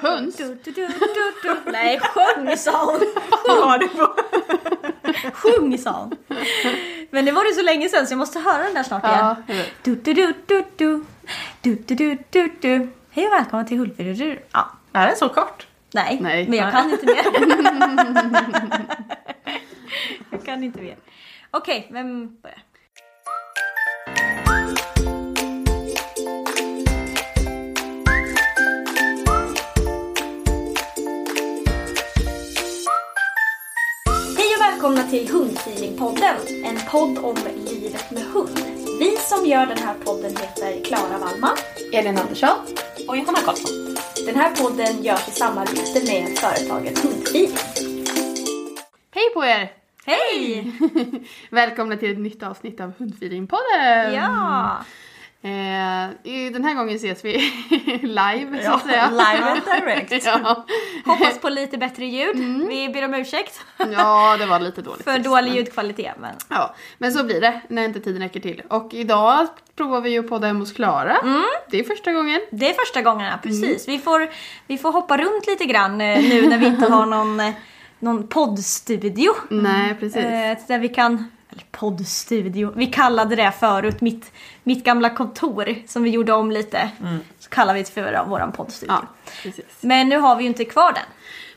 Höns? Du, du, du, du, du. Nej, sjung sa hon! Sjung sa hon! Men nu var det så länge sedan så jag måste höra den där snart igen. Ja, jag vet. Du, du, du, du, du. Du, du, du, du, du. Hej och välkomna till Hultbyrdur. Ja, Är den så kort? nej, Nej. men jag kan inte mer. jag kan inte mer. Okej, vem börjar? Hej och välkomna till Hundfeelingpodden, en podd om livet med hund. Vi som gör den här podden heter Klara Wallman. Elin Andersson? Och Johanna Karlsson. Den här podden görs i samarbete med företaget Hundfeeling. Hej på er! Hej! Välkomna till ett nytt avsnitt av Hundfeelingpodden! Ja! Eh, i- den här gången ses vi live, så att säga. live and direct. ja. Hoppas på lite bättre ljud. Vi ber om ursäkt Mm. ja, det var lite dåligt. för dålig ljudkvalitet. Men... Ja, men så blir det när inte tiden räcker till. Och idag provar vi ju att podda hemma hos Klara. Mm. Det är första gången. Det är första Mm. gångerna, precis. Vi, får, vi får hoppa runt lite grann eh, nu när vi inte har någon, eh, någon poddstudio. Mm. Nej, precis. Eh, där vi kan, eller poddstudio, vi kallade det förut mitt, mitt gamla kontor som vi gjorde om lite. Så kallar vi det för våran poddstudio. Mm. Ja, precis. Men nu har vi ju inte kvar den.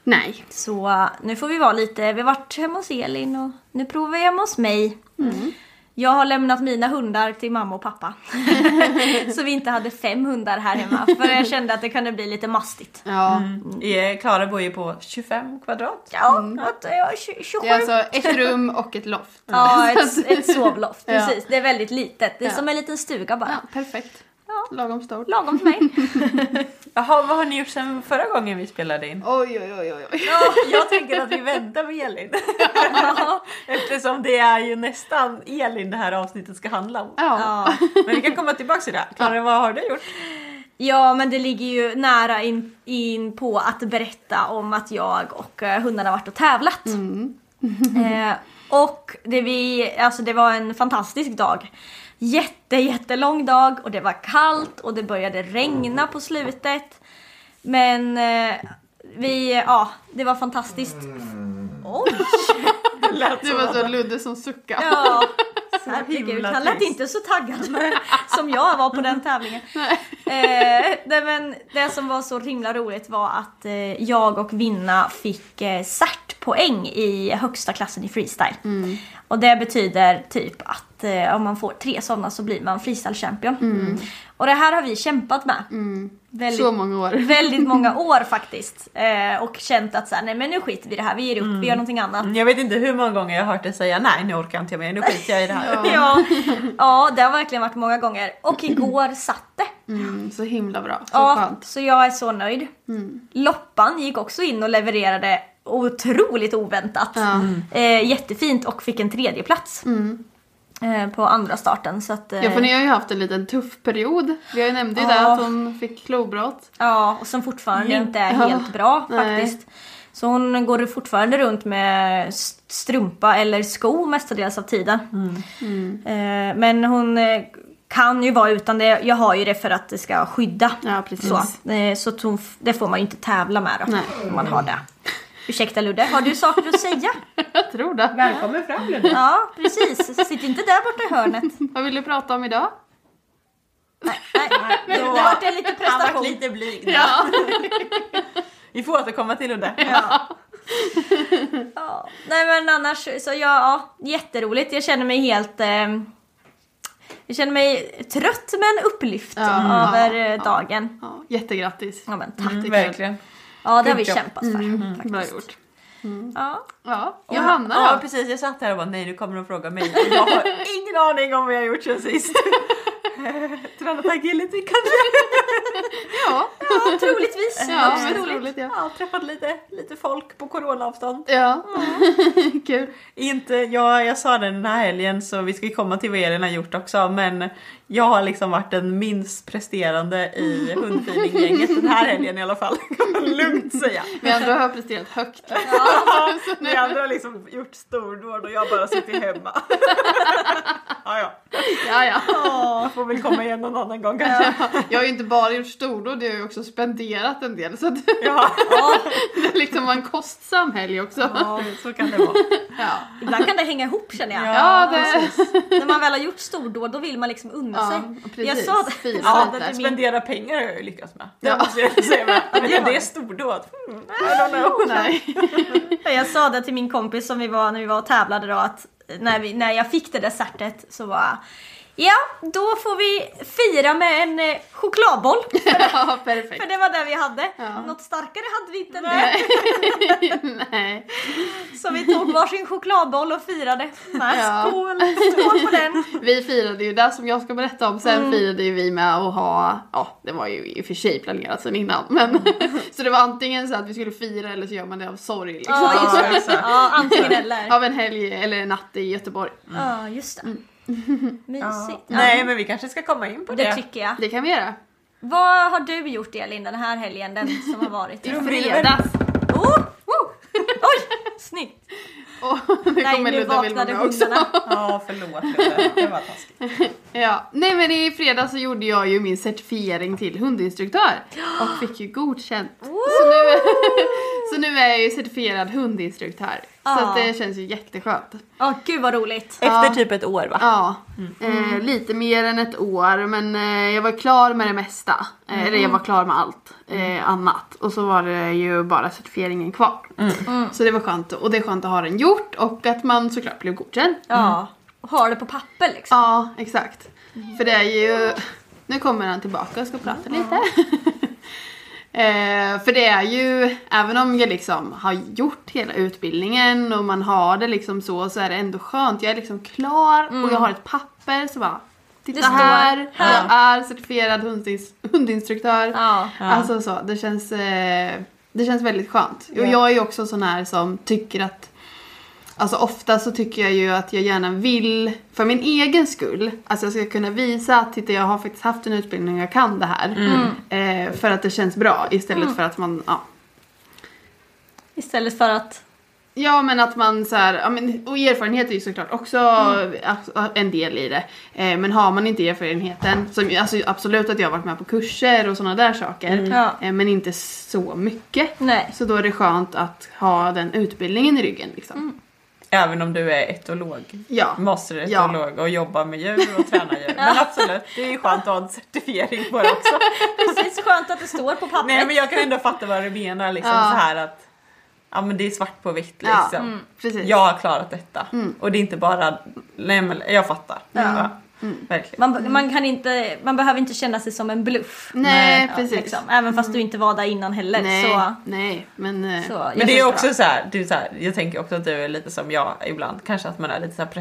Nej, Så eh, nu får vi vara lite, vi har varit hemma hos Elin och nu provar vi hemma hos mig. Mm. Jag har lämnat mina hundar till mamma och pappa. så vi inte hade fem hundar här hemma. För jag kände att det kunde bli lite mastigt. ja. Mm. Eh, Klara bor ju på 25 kvadrat. Ja, att jag är tj- 27. Det är alltså ett rum och ett loft. Ja, ett, ett sovloft. Ja. Precis, det är väldigt litet. Det är Ja. som en liten stuga bara. Ja, perfekt. Ja. Lagom stort. Lagom för mig. Jaha, vad har ni gjort sen förra gången vi spelade in? Oj, oj, oj, oj, oj. Jag tänker att vi väntar med Elin. Eftersom det är ju nästan Elin det här avsnittet ska handla om. Ja. Ja. Men vi kan komma tillbaka till det. Klara, vad har du gjort? ja, men det ligger ju nära in, in på att berätta om att jag och eh, hundarna har varit och tävlat. Mm. eh, och det, vi, alltså det var en fantastisk dag. Jätte, jättelång dag och det var kallt och det började regna på slutet. Men eh, vi, ja, det var fantastiskt. Oj! Mm. Det lät Det som var att så Ludde som suckade. Ja, herregud. himla Han lät trist. inte så taggad som jag var på den tävlingen. Eh, nej, men det som var så himla roligt var att eh, jag och Vinna fick eh, certpoäng i högsta klassen i freestyle. Och det betyder typ att eh, om man får tre sådana så blir man freestyle champion. Och det här har vi kämpat med. Väldigt Så många år. Väldigt många år faktiskt. Eh, och känt att så här, nej men nu skiter vi i det här, vi ger upp, vi gör någonting annat. Jag vet inte hur många gånger jag har hört dig säga nej nu orkar inte jag mer, nu skiter jag i det här. Ja. ja, det har verkligen varit många gånger. Och igår satt det. Mm, så himla bra. Så ja, skönt. Mm. så jag är så nöjd. Loppan gick också in och levererade otroligt oväntat. Eh, jättefint och fick en tredje plats Mm. eh, på andra starten. Så att, eh, Ja för ni har ju haft en liten tuff period. Vi nämnde ju Ja. det att hon fick klobrott. Ja, och som fortfarande inte är Ja. helt bra Nej. faktiskt. Så hon går fortfarande runt med st- strumpa eller sko mestadels av tiden. Mm. Eh, Men hon eh, kan ju vara utan det. Jag har ju det för att det ska skydda. Ja, precis. Så, eh, så att hon f- det får man ju inte tävla med då. Nej. Om man har det. Ursäkta Ludde, har du saker att säga? Jag tror det. Välkommen fram Ludde. ja, precis. Sitt inte där borta i hörnet. Vad vill du prata om idag? Nej, det då- vart en liten Han har prestation. varit lite blyg nu. Ja. Vi får återkomma till Ludde. Ja. Nej men annars så ja, ja, jätteroligt. Jag känner mig helt... Eh, jag känner mig trött men upplyft Ja. över eh, dagen. ja jättegrattis. Mm, Ja men tack. Tycker jag. Verkligen. Ja det har Good vi job. kämpat för. Mm, Bra faktiskt. gjort. Ja. Ja, Johanna då? Ja precis, jag satt här och bara nej nu kommer de fråga mig. Jag har ingen aning om vad jag har gjort sen sist. Tränat agility kanske? Ja, ja, troligtvis. ja Högst men troligt. roligt ja. Ja, träffat lite, lite folk på coronaavstånd. Ja, kul. Inte, ja, jag sa det den här helgen så vi ska ju komma till vad Elin har gjort också men jag har liksom varit den minst presterande i hundfeelinggänget den här helgen i alla fall. Kan man lugnt säga. Vi andra har presterat högt. Ja, ni andra har liksom gjort stordåd och jag har bara suttit hemma. ja, ja. Ja, ja. Jag får väl komma igen någon annan gång kanske. Jag har ju inte bara gjort stordåd, jag har ju också spenderat en del så att Ja. det liksom var en kostsam helg också. Ja, så kan det vara. Ja, Ibland kan det hänga ihop känner jag. ja det... När man väl har gjort stordåd då vill man liksom unna Ja, sig. precis. Jag sa det, Fira jag sa lite. det till min... typ Spendera pengar har jag ju lyckats med. Det måste jag säga med. Men det är stordåd. Mm, I don't know. Nej. Jag sa det till min kompis som vi var när vi var och tävlade då att när, vi, när jag fick det där certet så var Ja, då får vi fira med en eh, chokladboll. Ja, perfekt. För det var det vi hade. Ja. Något starkare hade vi inte än det. Nej. Så vi tog varsin chokladboll och firade. Nej, Ja. skål! Skål på den! Vi firade ju det som jag ska berätta om, Mm. sen firade ju vi med att ha, ja det var ju i och för sig planerat sen innan men så det var antingen så att vi skulle fira eller så gör man det av sorg liksom. Ja, just det. exakt. Ja, antingen eller. Av en helg eller en natt i Göteborg. Ja, just det. Mysigt. Ja. Nej men vi kanske ska komma in på det. Det tycker jag. Mm. Det kan vi göra. Vad har du gjort Elin den här helgen, den som har varit? I fredags. Oh! Oh! Oj! Snyggt! Och nu Nej, kommer nu Ludde vaknade Vilma också. hundarna. Ja förlåt Ludde. det var taskigt. Ja. Nej men i fredags så gjorde jag ju min certifiering till hundinstruktör och fick ju godkänt. Så nu, så nu är jag ju certifierad hundinstruktör. Så Ja. att det känns ju jätteskönt. Ja, gud vad roligt. Efter typ ett år va? Ja, eh, lite mer än ett år men eh, jag var klar med det mesta. Eh, Eller jag var klar med allt eh, annat. Och så var det ju bara certifieringen kvar. Så det var skönt och det är skönt att ha den gjort och att man såklart blev godkänd. Ja. Och har det på papper liksom. Ja, exakt. För det är ju... Nu kommer han tillbaka och ska prata lite. Eh, för det är ju, även om jag liksom har gjort hela utbildningen och man har det liksom så, så är det ändå skönt. Jag är liksom klar och jag har ett papper så bara Titta Mm. Det står här, här." jag är certifierad hundins- hundinstruktör. Ja. Alltså så, det känns, eh, det känns väldigt skönt. Och jag är ju också sån här som tycker att Alltså ofta så tycker jag ju att jag gärna vill, för min egen skull, alltså jag ska kunna visa att titta jag har faktiskt haft en utbildning och jag kan det här. Eh, för att det känns bra istället för att man, ja. Istället för att... Ja men att man så här, ja, men, och erfarenhet är ju såklart också Mm. a- en del i det. Eh, men har man inte erfarenheten, som, alltså absolut att jag har varit med på kurser och sådana där saker. Mm. Ja. Eh, men inte så mycket. Nej. Så då är det skönt att ha den utbildningen i ryggen liksom. Mm. Även om du är etolog. Ja. Masteretolog och jobbar med djur och tränar djur. Men absolut, det är ju skönt att ha en certifiering på det också. Precis, skönt att det står på pappret. Nej men jag kan ändå fatta vad du menar liksom Ja. så här att Ja men det är svart på vitt Ja, Mm. Mm. liksom. precis. Jag har klarat detta. Och det är inte bara, nej men jag fattar. Ja. Verkligen. Man, man, kan inte, man behöver inte känna sig som en bluff. Nej, Ja, precis. Mm. liksom. Även fast du inte var där innan heller. Nej, Så, nej, men... eh, så Men jag det är förstår. också så här, du är så här, jag tänker också att du är lite som jag ibland, kanske att man är lite så här Ja,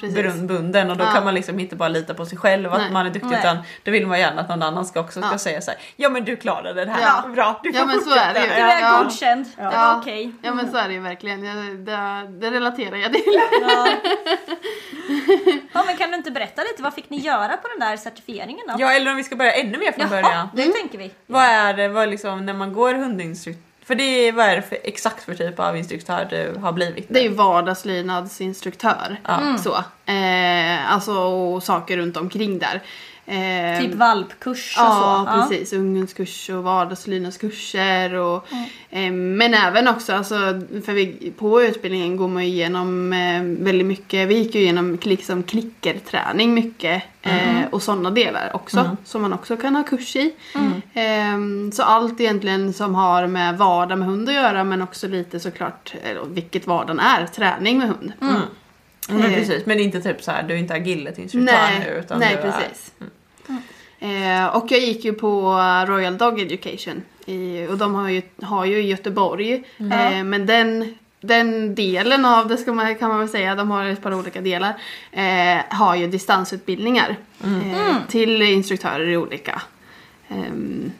precis. prestationsbunden och då Ja. kan man liksom inte bara lita på sig själv och att Nej. man är duktig Nej. utan då vill man gärna att någon annan ska också ska Ja. säga så här, ja men du klarade det här, Ja. bra, du får Ja, men så är det ju. Du fortsätta. är Ja. godkänd. Det var Ja. okej. Ja men Mm. så är det ju verkligen. Jag, det, det relaterar jag till. Ja. ja men kan du inte berätta lite, vad fick ni göra på den där certifieringen då? Ja eller om vi ska börja ännu mer från början. det tänker vi. Vad är det, vad liksom, när man går hundinstruktör, för det är, vad är det för, exakt för typ av instruktör du har blivit? Det är ju vardagslydnadsinstruktör. Så. Eh, alltså och saker runt omkring där. Eh, Typ valpkurs och Ja, så. precis. Ungdomskurs och vardagslydnadskurser. Och, eh, men även också, alltså, för vi, på utbildningen går man ju igenom eh, väldigt mycket. Vi gick ju igenom liksom klickerträning mycket eh, och sådana delar också. Som man också kan ha kurs i. Eh, så allt egentligen som har med vardag med hund att göra men också lite såklart, eh, vilket vardagen är, träning med hund. Ja, men Eh, precis, men inte typ så här, du är inte agilityinstruktör Nej, typ nu utan Mm. nej du precis. Eh, och jag gick ju på Royal Dog Education i, och de har ju, har ju i Göteborg. Mm. Eh, men den, den delen av det ska man, kan man väl säga, de har ett par olika delar, eh, har ju distansutbildningar Mm. Mm. eh, till instruktörer i olika ehm,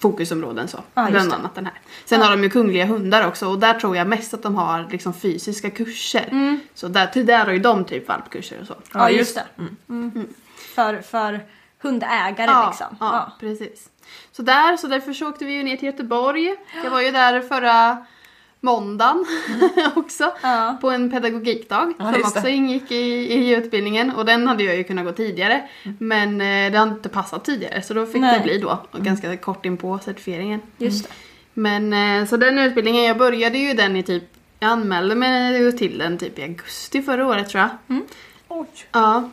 fokusområden så. Ja, just bland det. annat den här. Sen har de ju kungliga hundar också och där tror jag mest att de har liksom fysiska kurser. Så där, till där har ju de typ valpkurser och så. Mm. Ja, ja just det. Mm. För, för hundägare liksom. Ja, Ja. precis. Så där, så därför så åkte vi ju ner till Göteborg. Jag var ju där förra måndagen också Ja. på en pedagogikdag Ja, som just det. också ingick i, i utbildningen och den hade jag ju kunnat gå tidigare men eh, det har inte passat tidigare så då fick Nej. det bli då och ganska kort in på certifieringen. Just det. Men eh, så den utbildningen, jag började ju den i typ, jag anmälde mig ju till den typ i augusti förra året tror jag. Oj. Ja,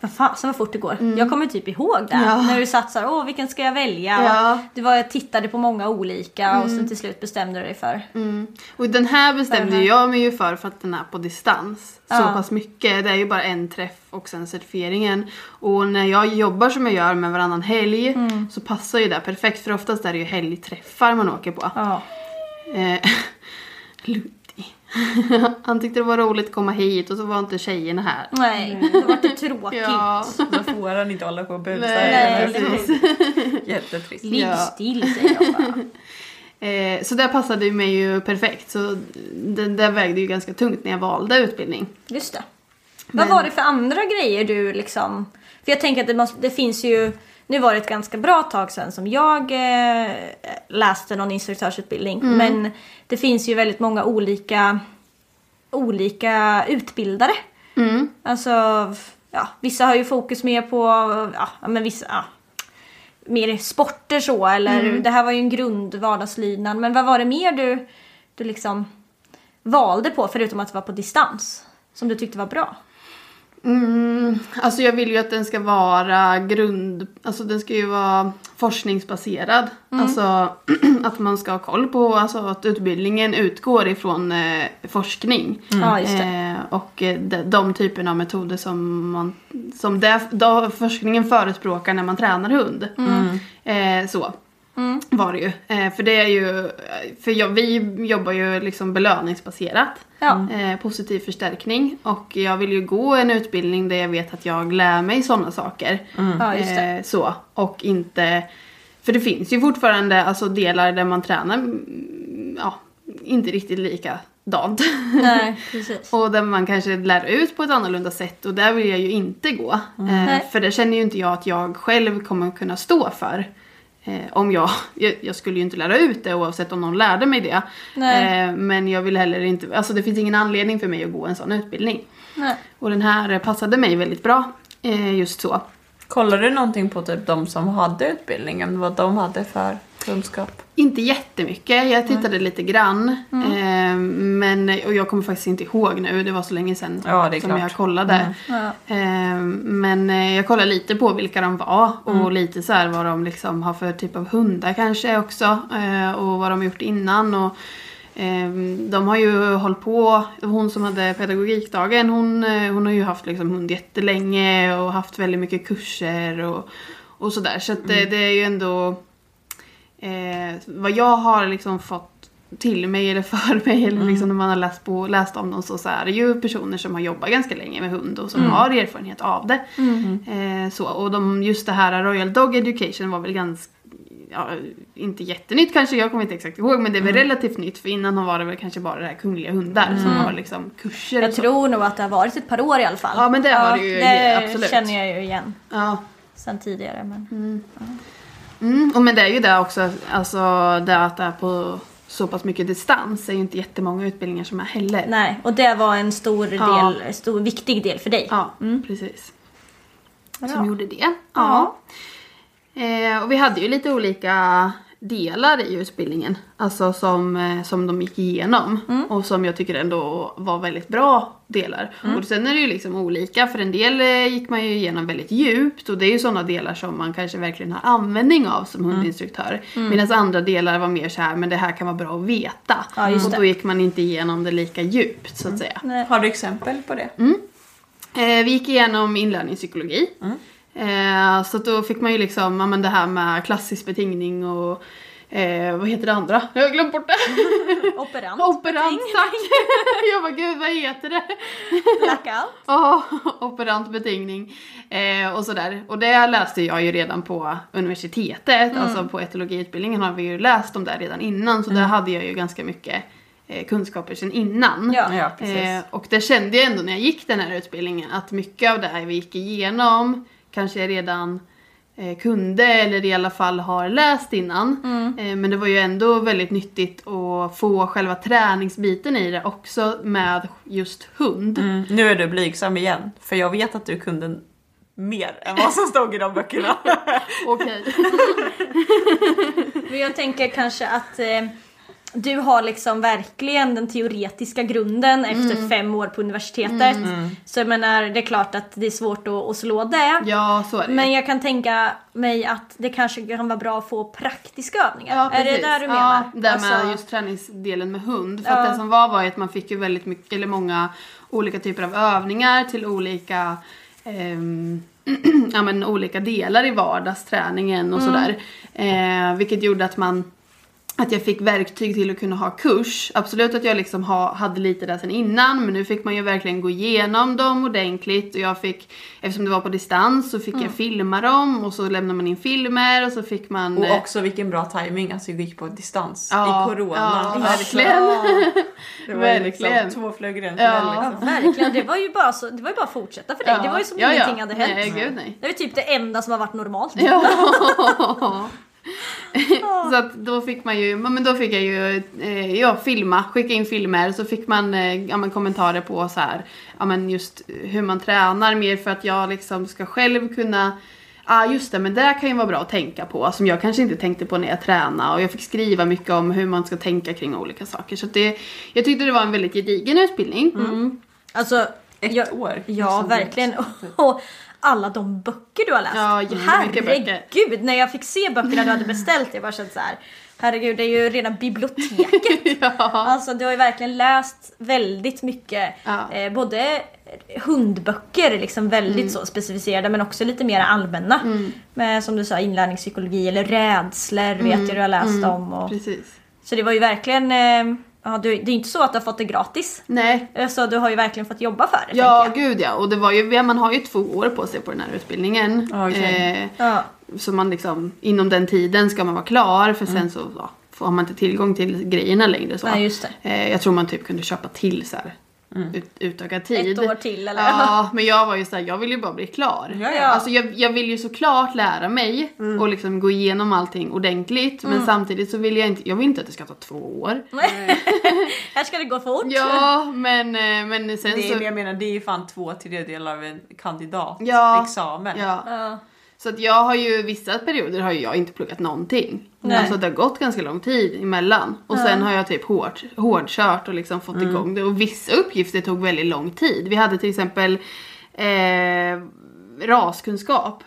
Vad fan, så vad fort det går. Jag kommer typ ihåg det. Ja. När du satt såhär, åh vilken ska jag välja? Ja. Och Du var, jag tittade på många olika och sen till slut bestämde du dig för. Och den här bestämde För den jag mig ju för för att den är på distans så Ja. pass mycket. Det är ju bara en träff och sen certifieringen. Och när jag jobbar som jag gör med varannan helg Mm. så passar ju det perfekt för oftast är det ju helgträffar man åker på. Ja. Eh, Luddi. Han tyckte det var roligt att komma hit och så var inte tjejerna här. Nej, det var det tråkigt. Ja. Då får han inte hålla på och busa. Nej, Nej, Eller- precis. Jättetrist. Ligg Ja. still säger jag bara. Eh, så det passade ju mig ju perfekt. Så den där vägde ju ganska tungt när jag valde utbildning. Just det. Vad var det för andra grejer du liksom... För jag tänker att det, måste, det finns ju... Nu var det ett ganska bra tag sedan som jag eh, läste någon instruktörsutbildning. Men det finns ju väldigt många olika, olika utbildare. Alltså, ja, vissa har ju fokus mer på... Ja, men vissa... Ja, mer sporter så eller Mm. det här var ju en grund vardagslydnad. Men vad var det mer du, du liksom valde på förutom att det var på distans? Som du tyckte var bra? Mm, alltså jag vill ju att den ska vara grund... Alltså den ska ju vara forskningsbaserad. Mm. Alltså att man ska ha koll på, alltså att utbildningen utgår ifrån eh, forskning. Mm. Ja, just det. Eh, och eh, de, de typerna av metoder som, man, som det, då forskningen förespråkar när man tränar hund. Mm. Eh, så var det ju. Eh, för det är ju, för jag, vi jobbar ju liksom belöningsbaserat. Ja. Eh, positiv förstärkning och jag vill ju gå en utbildning där jag vet att jag lär mig sådana saker. Mm. Ja, just det. Eh, så. Och inte, för det finns ju fortfarande alltså, delar där man tränar mm, ja, inte riktigt likadant. Nej, precis. Och där man kanske lär ut på ett annorlunda sätt och där vill jag ju inte gå. Eh, Mm. Nej. för det känner ju inte jag att jag själv kommer kunna stå för. Eh, om jag, jag, jag skulle ju inte lära ut det oavsett om någon lärde mig det. Nej. Eh, men jag vill heller inte, alltså det finns ingen anledning för mig att gå en sån utbildning. Nej. Och den här eh, passade mig väldigt bra. Eh, just så. Kollade du någonting på typ de som hade utbildningen, vad de hade för kunskap? Inte jättemycket, jag tittade lite grann. Mm. Eh, men, och jag kommer faktiskt inte ihåg nu, det var så länge sedan Ja, det är som klart. Mm. jag kollade. Eh, men eh, jag kollade lite på vilka de var och Mm. lite så här vad de liksom har för typ av hundar kanske också. Eh, och vad de har gjort innan. Och, Ehm, De har ju hållit på, hon som hade pedagogikdagen hon, eh, hon har ju haft liksom hund jättelänge och haft väldigt mycket kurser och, och sådär. Så att det, Mm. det är ju ändå eh, vad jag har liksom fått till mig eller för mig eller Mm. liksom när man har läst, på, läst om dem så, så är det ju personer som har jobbat ganska länge med hund och som Mm. har erfarenhet av det. Eh, så, och de, just det här Royal Dog Education var väl ganska Ja, inte jättenytt kanske, jag kommer inte exakt ihåg men det är väl Mm. relativt nytt för innan var det väl kanske bara det här kungliga hundar som har liksom kurser Jag och så. tror nog att det har varit ett par år i alla fall. Ja, men det har det ju, det absolut. känner jag ju igen Ja, sen tidigare. Men. Mm, och men det är ju det också, alltså det att det är på så pass mycket distans är ju inte jättemånga utbildningar som är heller. Nej, och det var en stor, Ja. del, stor viktig del för dig. Ja, mm, precis. Som gjorde det. Ja. Ja. Eh, och vi hade ju lite olika delar i utbildningen, alltså som, eh, som de gick igenom Mm. och som jag tycker ändå var väldigt bra delar. Mm. Och sen är det ju liksom olika, för en del eh, gick man ju igenom väldigt djupt och det är ju sådana delar som man kanske verkligen har användning av Mm. som hundinstruktör. Medan andra delar var mer så här, men det här kan vara bra att veta. Ja, just och det. Mm. då gick man inte igenom det lika djupt så att säga. Har du exempel på det? Eh, vi gick igenom inlärningspsykologi. Mm. Eh, så att då fick man ju liksom ja, men det här med klassisk betingning och eh, vad heter det andra? Jag har glömt bort det. Operant, Operant tack! Jag bara gud vad heter det? blackout. Ja, operant betingning eh, och sådär. Och det läste jag ju redan på universitetet, Mm. alltså på etologiutbildningen har vi ju läst om det redan innan så där Mm. hade jag ju ganska mycket eh, kunskaper sedan innan. Ja. Ja, precis. Eh, och det kände jag ändå när jag gick den här utbildningen att mycket av det här vi gick igenom kanske jag redan eh, kunde eller i alla fall har läst innan. Mm. Eh, men det var ju ändå väldigt nyttigt att få själva träningsbiten i det också med just hund. Mm, nu är du blygsam igen, för jag vet att du kunde mer än vad som stod i de böckerna. Okej. Men jag tänker kanske att eh, du har liksom verkligen den teoretiska grunden Mm. efter fem år på universitetet. Så jag menar, det är klart att det är svårt att, att slå det. Ja, så är det. Men jag kan tänka mig att det kanske kan vara bra att få praktiska övningar. Ja, är det precis. där du menar? Ja, där med Alltså- just träningsdelen med hund. För att det som var var ju att man fick ju väldigt mycket, eller många olika typer av övningar till olika ehm, ja, men olika delar i vardagsträningen Mm. och sådär. Eh, vilket gjorde att man att jag fick verktyg till att kunna ha kurs. Absolut att jag liksom ha, hade lite där sen innan men nu fick man ju verkligen gå igenom dem ordentligt och jag fick, eftersom det var på distans så fick Mm. jag filma dem och så lämnade man in filmer och så fick man... Och eh, också vilken bra timing, alltså vi gick på distans Ja, i corona. ja, Alltså, verkligen. Det var ju Verkligen. liksom två flugor i en Ja. smäll. Ja, Liksom. verkligen. Det var ju bara, så, det var ju bara att fortsätta för dig. Det var ju som ingenting hade hänt. Nej, gud nej. Det är ju typ det enda som har varit normalt. Ja. så att då fick man ju, men då fick jag ju eh, ja, filma, skicka in filmer så fick man eh, ja, men kommentarer på så här, ja men just hur man tränar mer för att jag liksom ska själv kunna Ja ah, just det, men det kan ju vara bra att tänka på som jag kanske inte tänkte på när jag tränade och jag fick skriva mycket om hur man ska tänka kring olika saker så att det, jag tyckte det var en väldigt gedigen utbildning. Alltså, Ett jag, år. Ja, Liksom. verkligen. Och alla de böcker du har läst. Typ. Ja, jättemycket böcker. Herregud, när jag fick se böckerna du hade beställt, jag bara kände så här. Herregud, det är ju redan biblioteket. ja. Alltså du har ju verkligen läst väldigt mycket. Ja. Mm. Eh, både hundböcker, liksom väldigt så specificerade, men också lite mer allmänna. Med, som du sa, inlärningspsykologi eller rädslor vet jag du har läst om. Och, Mm. Precis. så det var ju verkligen, eh, ja, du, det är ju inte så att du har fått det gratis. Nej, Eh, Så du har ju verkligen fått jobba för det. Ja, tänker gud ja. Och det var ju, man har ju två år på sig på den här utbildningen. Ja, okej. Eh, jag. Ja. så man liksom, inom den tiden ska man vara klar för sen så ja, får man inte tillgång till grejerna längre. Så. Mm. Nej, just det. Mm. Eh, jag tror man typ kunde köpa till så här. Ut, utökad tid. Ett år till, eller? Ja, men jag var ju såhär, jag vill ju bara bli klar. Ja, ja. Alltså jag, jag vill ju såklart lära mig Mm. och liksom gå igenom allting ordentligt men samtidigt så vill jag inte, jag vill inte att det ska ta två år. Här ska det gå fort. Ja, men, eh, men sen Det så... är, jag menar, det är ju fan två tredjedelar av en Ja. kandidatexamen. Ja. Ja. Så att jag har ju vissa perioder har ju jag inte pluggat någonting. Nej. Alltså det har gått ganska lång tid emellan. Och sen har jag typ hårt, hårdkört och liksom fått igång det. Och vissa uppgifter tog väldigt lång tid. Vi hade till exempel eh, raskunskap.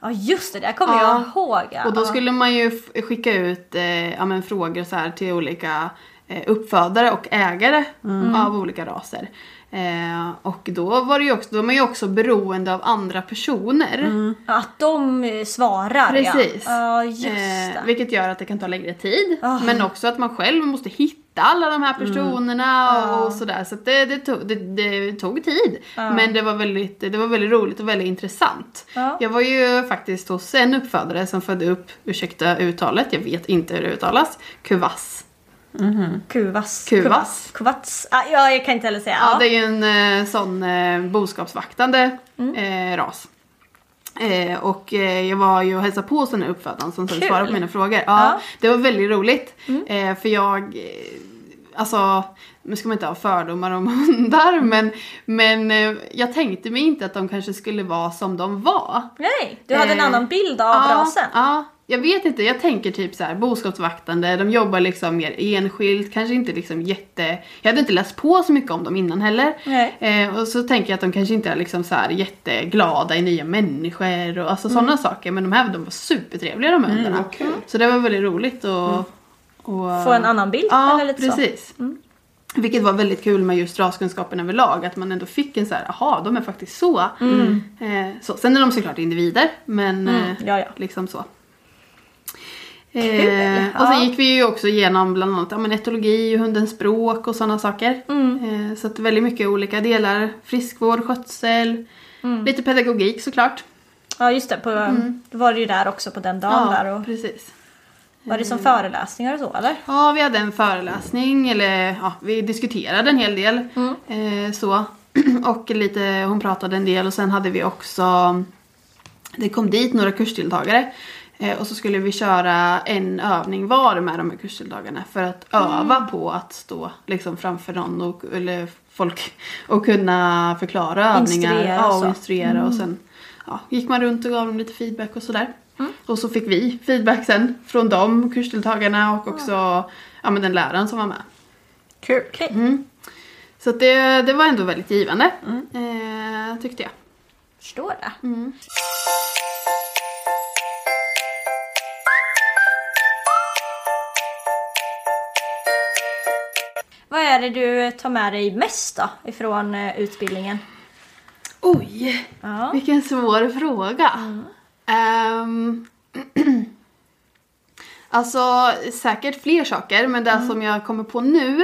Ja, just det, det här kommer Ja. jag ihåg. Ja. Och då skulle man ju f- skicka ut eh, ja, men frågor så här till olika eh, uppfödare och ägare av olika raser. Eh, och då var det ju också, då är man ju också beroende av andra personer. Att de eh, svarar Precis. ja. Ja, just det. Ah. Eh, vilket gör att det kan ta längre tid. Men också att man själv måste hitta alla de här Mm. personerna Ah. och, och sådär. Så att det, det, tog, det, det tog tid. Men det var, väldigt, det var väldigt roligt och väldigt intressant. Ja. Jag var ju faktiskt hos en uppfödare som födde upp, ursäkta uttalet, jag vet inte hur det uttalas, Kuvass. Kuvas. Kuvas. Kuvats. Ah, ja, jag kan inte heller säga. Ja. Ja, det är ju en eh, sån eh, boskapsvaktande Mm. eh, ras. Eh, och eh, jag var ju och hälsade på hos den här uppfödaren som sen Kul. svarade på mina frågor. Ja, Ja. Mm. Det var väldigt roligt. Eh, för jag, eh, alltså, nu ska man inte ha fördomar om hundar men, men eh, jag tänkte mig inte att de kanske skulle vara som de var. Nej, du hade en Eh, annan bild av rasen. Ja, jag vet inte. Jag tänker typ så här, boskapsvaktande, de jobbar liksom mer enskilt, kanske inte liksom jätte... Jag hade inte läst på så mycket om dem innan heller. Nej. Eh, och så tänker jag att de kanske inte är liksom så här jätteglada i nya människor och alltså Mm. sådana saker. Men de här de var supertrevliga de här hundarna. Så det var väldigt roligt att... och- Få en annan bild. Ja, eller lite Så. precis. Vilket var väldigt kul med just raskunskapen överlag, att man ändå fick en så här, aha, de är faktiskt så. Eh, så. Sen är de såklart individer, men eh, Mm. ja, ja. liksom så. Eh, och sen ja. gick vi ju också igenom bland annat ja, men etologi, hundens språk och sådana saker. Mm. Eh, så att väldigt mycket olika delar, friskvård, skötsel, Mm. lite pedagogik såklart. Ja, just det. På, Mm. Då var du ju där också på den dagen. där och, precis. var det som föreläsningar och så eller? Ja, vi hade en föreläsning, eller ja, vi diskuterade en hel del. Eh, så. Och lite, hon pratade en del och sen hade vi också, det kom dit några kursdeltagare. Eh, och så skulle vi köra en övning var med de här kursdeltagarna för att öva på att stå liksom framför någon och, eller folk och kunna förklara övningar. Instruera och ja, så. och instruera och sen ja, gick man runt och gav dem lite feedback och sådär. Och så fick vi feedback sen från dem, kursdeltagarna och också ja, men den läraren som var med. Mm. Kul. Okej. Så att det, det var ändå väldigt givande eh, tyckte jag. Förstår det. Vad är det du tar med dig mest då ifrån eh, utbildningen? Oj, Ja. vilken svår fråga. Ehm, alltså säkert fler saker men det som jag kommer på nu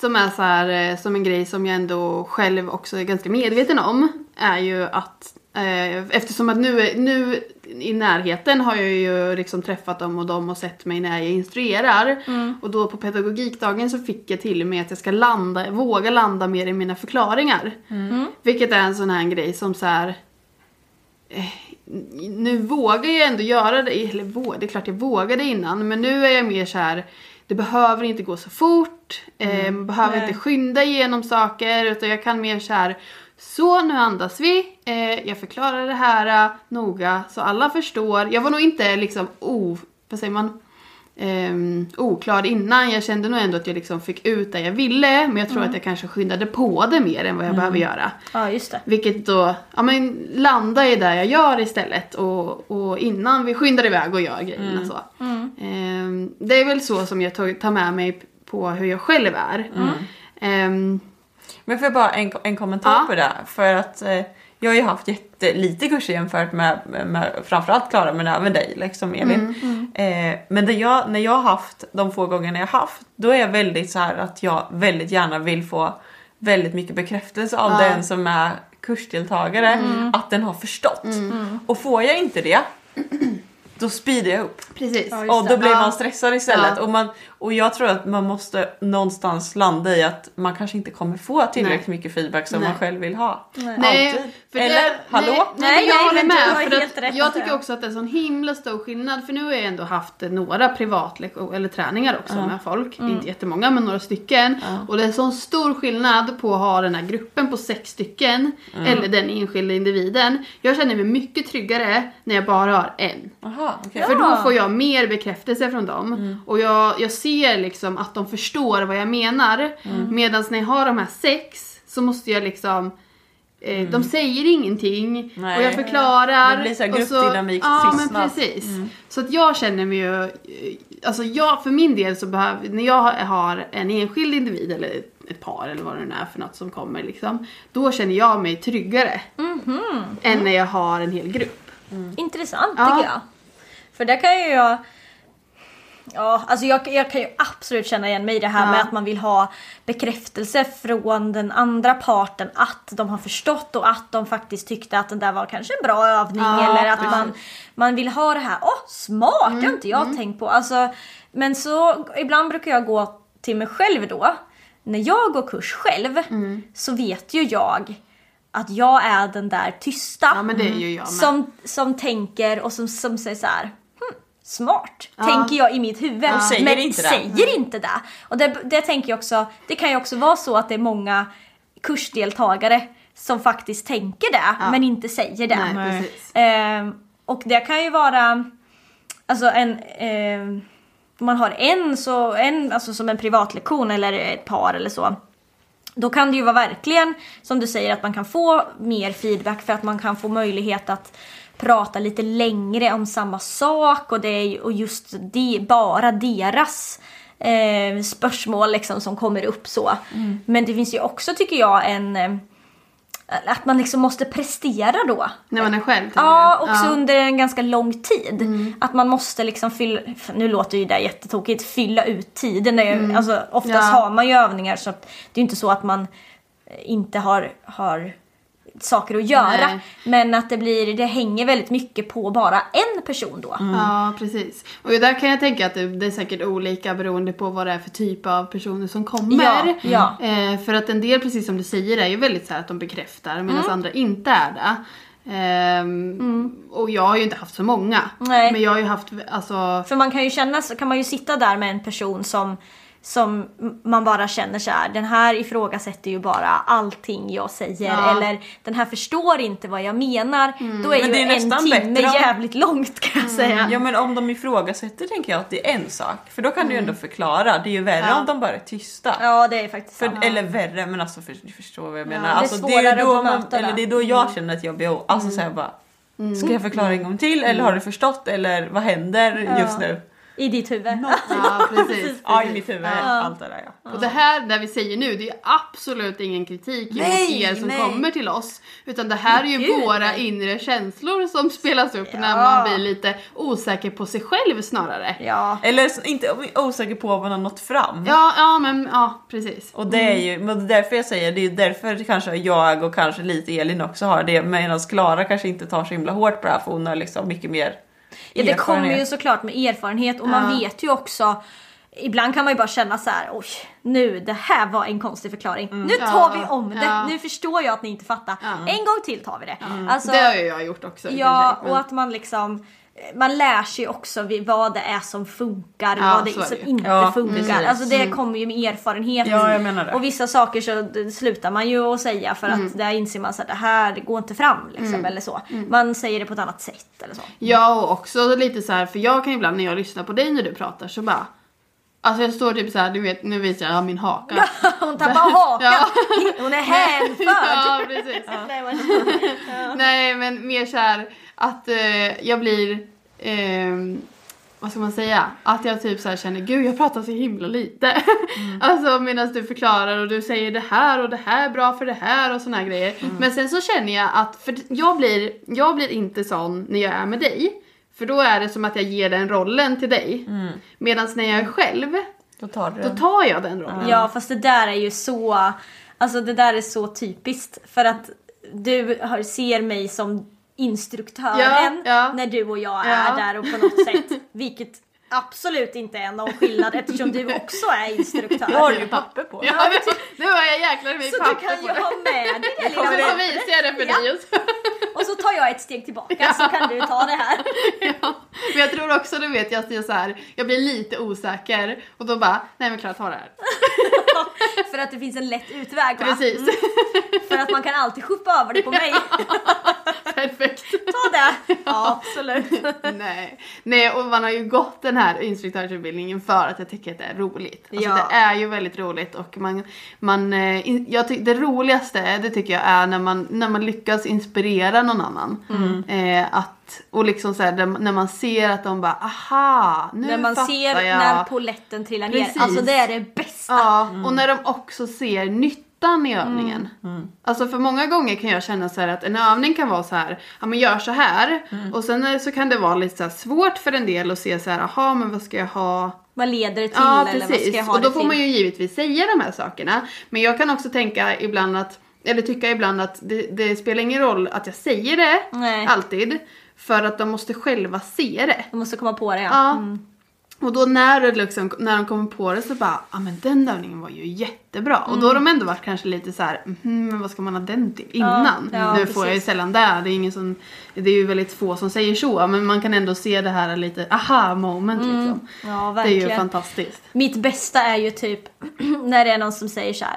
som är så här, eh, som en grej som jag ändå själv också är ganska medveten om är ju att eh, eftersom att nu, nu i närheten har jag ju liksom träffat dem och de har sett mig när jag instruerar och då på pedagogikdagen så fick jag till och med att jag ska landa, våga landa mer i mina förklaringar. Vilket är en sån här grej som så här nu vågar jag ändå göra det, eller vå- det är klart jag vågade innan men nu är jag mer så här. det behöver inte gå så fort, eh, man behöver inte skynda igenom saker utan jag kan mer så här. så nu andas vi, eh, jag förklarar det här eh, noga så alla förstår. Jag var nog inte liksom, oh, vad säger man? ehm, oklar innan. Jag kände nog ändå att jag liksom fick ut det jag ville men jag tror att jag kanske skyndade på det mer än vad jag behöver göra. ja, just det. Vilket då, ja men landa i det jag gör istället och, och innan vi skyndar iväg och gör grejerna Mm. så. Ehm, det är väl så som jag tog- tar med mig på hur jag själv är. Mm. Ehm, Men får jag bara en, en kommentar Ja. på det? För att eh, jag har ju haft jättelite kurser jämfört med, med, med framförallt Klara men även dig liksom Elin. Eh, men det jag, när jag har haft de få gångerna jag har haft då är jag väldigt så här att jag väldigt gärna vill få väldigt mycket bekräftelse av den som är kursdeltagare att den har förstått. Och får jag inte det då speedar jag upp. precis. Ja, Och just då det. blir Ja. man stressad istället. Ja. Och, man, och jag tror att man måste någonstans landa i att man kanske inte kommer få tillräckligt mycket feedback som Nej. man själv vill ha. Alltid. för det- Eller hallå? Nej, nej, Nej, jag nej, håller men du har med. För helt rätt att jag att säga. tycker också att det är en sån himla stor skillnad. För nu har jag ändå haft några privatlektioner, eller träningar också med folk. Inte jättemånga men några stycken. Och det är sån stor skillnad på att ha den här gruppen på sex stycken. Eller den enskilda individen. Jag känner mig mycket tryggare när jag bara har en. Aha, okej. För då får jag mer bekräftelse från dem. Mm. Och jag, jag ser liksom att de Mm. förstår vad jag menar. Medan när jag har de här sex så måste jag liksom Eh, De säger ingenting Mm. Nej. och jag förklarar. Det blir så här och gruppdynamik, Ja men tystnad. Mm. precis. Så att jag känner mig ju, eh, alltså jag för min del så behöver, när jag har en enskild individ eller ett- ett par eller vad det nu är för något som kommer liksom. Då känner jag mig tryggare. Mhm. Än när jag har en hel grupp. Intressant Ja. tycker jag. För där kan ju jag... Ja, alltså jag, jag kan ju absolut känna igen mig i det här Ja. med att man vill ha bekräftelse från den andra parten att de har förstått och att de faktiskt tyckte att den där var kanske en bra övning Ja, eller att precis. Mm, man, man vill ha det här, åh smart, det har inte jag tänkt på. Alltså, men så ibland brukar jag gå till mig själv då. När jag går kurs själv Mm. så vet ju jag att jag är den där tysta Mm. Ja men det är ju jag med. som, som tänker och som, som säger så här. "Hm, Smart, tänker jag i mitt huvud. Och säger men inte det. Mm. säger inte det. Och det, det tänker jag också, det kan ju också vara så att det är många kursdeltagare som faktiskt tänker det men inte säger det. Nej, Nej. precis. Ehm, och det kan ju vara alltså en ehm, om man har en, så, en alltså som en privatlektion eller ett par eller så. Då kan det ju vara verkligen som du säger att man kan få mer feedback för att man kan få möjlighet att prata lite längre om samma sak och, det är, ju- och just de, bara deras eh, spörsmål liksom som kommer upp så. Men det finns ju också tycker jag en eh, att man liksom måste prestera då. När man är själv tänker Ja, jag. också Ja. Mm. under en ganska lång tid. Att man måste liksom fylla, nu låter ju det jättetokigt, fylla ut tiden. Det är ju, alltså, oftast Mm. Ja. har man ju övningar så att det är ju inte så att man eh, inte har, har saker att göra. Nej. Men att det blir, det hänger väldigt mycket på bara en person då. Ja, precis. Och där kan jag tänka att det, det är säkert olika beroende på vad det är för typ av personer som kommer. Ja, ja. Eh, för att en del, precis som du säger, är ju väldigt så här att de bekräftar medan andra inte är det. Ehm, Och jag har ju inte haft så många. Nej. Men jag har ju haft, alltså, För man kan ju känna, så kan man ju sitta där med en person som som man bara känner så här, den här ifrågasätter ju bara allting jag säger Ja. eller den här förstår inte vad jag menar. Då är Men ju det är en nästan timme bättre om- jävligt långt kan jag säga. Ja men om de ifrågasätter tänker jag att det är en sak. För då kan du ju ändå förklara. Det är ju värre om de bara är tysta. Mm. Ja det är faktiskt För, sant. Eller värre men alltså för, du förstår vad jag menar. Ja, det är alltså, ju svårare då att man- bemöta det. Mm. Eller det är då jag känner att jag blir o- Alltså såhär bara. Ska jag förklara en gång till Mm. eller har du förstått eller vad händer just nu? I ditt huvud. ja precis. Ja i mitt huvud. Allt det där ja. Och det här där vi säger nu, det är absolut ingen kritik Nej, mot er som nej. kommer till oss. Utan det här är ju Gud, våra nej. inre känslor som spelas upp när man blir lite osäker på sig själv snarare. Ja. Ah. Eller så- inte osäker på om man har nått fram. Ja, ja men ja precis. Och det är ju men det är därför jag säger, det är ju därför kanske jag och kanske lite Elin också har det medan Klara kanske inte tar så himla hårt på det här för hon har liksom mycket mer Ja, det kommer ju erfarenhet. såklart med erfarenhet och man vet ju också Ibland kan man ju bara känna så här, oj, nu det här var en konstig förklaring. Nu tar Ja, vi om det, ja. nu förstår jag att ni inte fattar. En gång till tar vi det. Alltså, Det har ju jag gjort också. i och Ja, för sig, men- och att man liksom man lär sig också vid- vad det är som funkar och Ja, vad det så är är som det ju. inte Ja, funkar. precis. Alltså det kommer ju med erfarenhet. Ja, jag menar det. Och vissa saker så d- slutar man ju att säga för att där inser man så att det här går inte fram liksom, eller så. Man säger det på ett annat sätt eller så. Ja och också lite så här, för jag kan ibland när jag lyssnar på dig när du pratar så bara Alltså jag står typ så här, du vet nu visar jag min haka. Hon tappar hakan! Ja. Hon är hänförd! ja precis. Nej men mer så här att eh, jag blir ehm, vad ska man säga? Att jag typ så här känner gud jag pratar så himla lite. Mm. alltså medan du förklarar och du säger det här och det här är bra för det här och såna här grejer. Mm. Men sen så känner jag att, för jag blir, jag blir inte sån när jag är med dig. För då är det som att jag ger den rollen till dig. Mm. Medan när jag är själv, Då tar du då den. tar jag den rollen. Ja fast det där är ju så, alltså det där är så typiskt för att du har, ser mig som instruktören Ja, ja. när du och jag Ja. är där och på något sätt, vilket absolut inte är någon skillnad eftersom du också är instruktör. Det har du ju papper på. Ja, men, nu har jag jäklar i mig så papper du kan ju på det. ha med dig det Och lilla så visar jag det för Ja. dig och så. och så tar jag ett steg tillbaka så kan du ta det här. Ja. Men jag tror också, du vet, jag ser så här, jag blir lite osäker och då bara, nej men Klara ta det här. För att det finns en lätt utväg va? Precis, För att man kan alltid skjuta över det på mig. perfekt. Ta det! Ja, Ja, absolut. Mm. Nej. Nej, och man har ju gått den här instruktörsutbildningen för att jag tycker att det är roligt. Alltså Ja. det är ju väldigt roligt och man, man eh, in- jag tycker det roligaste det tycker jag är när man, när man lyckas inspirera någon annan. Mm. Eh, att, och liksom så här, där- när man ser att de bara aha, nu När man Mm, fattar ser jag. när poletten trillar Precis. ner. Alltså det är det bästa. Ja, och när de också ser nyttan i övningen. Mm. Alltså för många gånger kan jag känna så här att en övning kan vara så här, ja men gör så här. Mm. Och sen är- så kan det vara lite så här svårt för en del att se så här, aha men vad ska jag ha? Vad leder det till Ja eller vad ska jag precis, ha och då det får till? man ju givetvis säga de här sakerna. Men jag kan också tänka ibland att, eller tycka ibland att det, det spelar ingen roll att jag säger det Nej. alltid. För att de måste själva se det. Du måste komma på det ja. Ja. Mm. Och då när, det liksom, när de kommer på det så bara, ja ah, men den övningen var ju jättebra. Och då har de ändå varit kanske lite så här, "Mhm, men vad ska man ha den till innan? Ja, ja, nu precis. får jag ju sällan det, det är, ingen som, det är ju väldigt få som säger så. Men man kan ändå se det här lite, aha moment liksom. Mm. Ja, det är ju verkligen. fantastiskt. Mitt bästa är ju typ när det är någon som säger så här.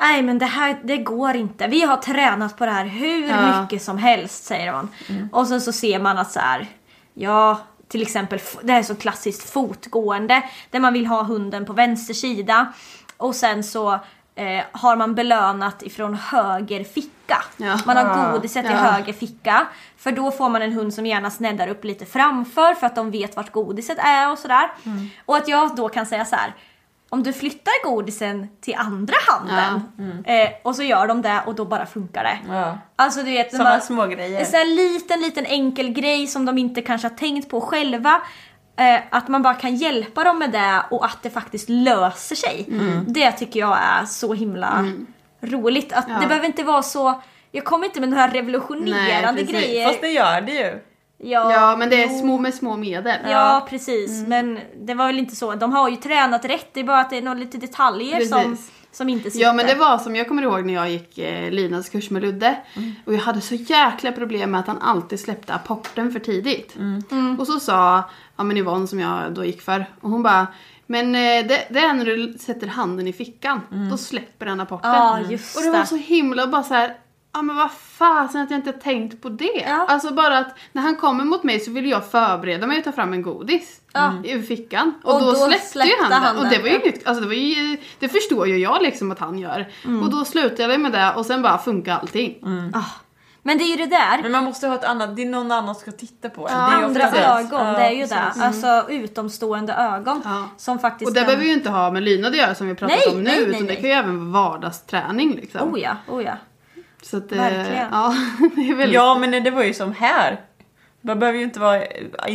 Nej men det här det går inte. Vi har tränat på det här hur Ja. Mm. mycket som helst säger man. Och sen så ser man att så här. Ja till exempel f- det här är så klassiskt fotgående. Där man vill ha hunden på vänster sida. Och sen så eh, har man belönat ifrån höger ficka. Ja. Man har godiset i Ja. höger ficka. För då får man en hund som gärna sneddar upp lite framför för att de vet vart godiset är och sådär. Mm. Och att jag då kan säga så här. Om du flyttar godisen till andra handen eh, och så gör de det och då bara funkar det. Mm. Ja. Alltså du vet, när Sådana man- små grejer. En sån här liten, liten enkel grej som de inte kanske har tänkt på själva. Eh, att man bara kan hjälpa dem med det och att det faktiskt löser sig. Mm. Det tycker jag är så himla roligt. Att Det behöver inte vara så, jag kommer inte med några revolutionerande Nej, precis. grejer. Fast det gör det ju. ja, Ja men det är jo. små Mm. med små medel. Ja precis, men det var väl inte så. De har ju tränat rätt, det är bara att det är några lite detaljer som, Precis. som inte sitter. Ja men det var som jag kommer ihåg när jag gick eh, Linas kurs med Ludde. Mm. Och jag hade så jäkla problem med att han alltid släppte apporten för tidigt. Mm. Och så sa ja, men Yvonne som jag då gick för och hon bara men eh, det, det är när du sätter handen i fickan, då släpper den apporten. Mm. Ja, just och det var det. så himla bara så här. Ja men vad fasen att jag inte har tänkt på det. Ja. Alltså bara att när han kommer mot mig så vill jag förbereda mig och ta fram en godis ur fickan. Och, Och då, då släppte, ju han, släppte han den. Och det den. var ju nytt. Alltså det, var ju, det förstår ju jag liksom att han gör. Och då slutade jag med det och sen bara funkar allting. Ah. Men det är ju det där. Men man måste ha ett annat, det är någon annan som ska titta på en. det är ju Andra ofta det. ögon, Ja, det är ju precis. det. Alltså utomstående ögon Ja. som faktiskt Och det kan- behöver ju inte ha med lydnad att göra som vi pratat Nej, om nu. nej, nej, utan det nej. kan ju även vara vardagsträning liksom. Oh ja, oh ja. Så att, eh, verkligen. ja, det är väldigt... Ja men det var ju som här. Man behöver ju inte vara,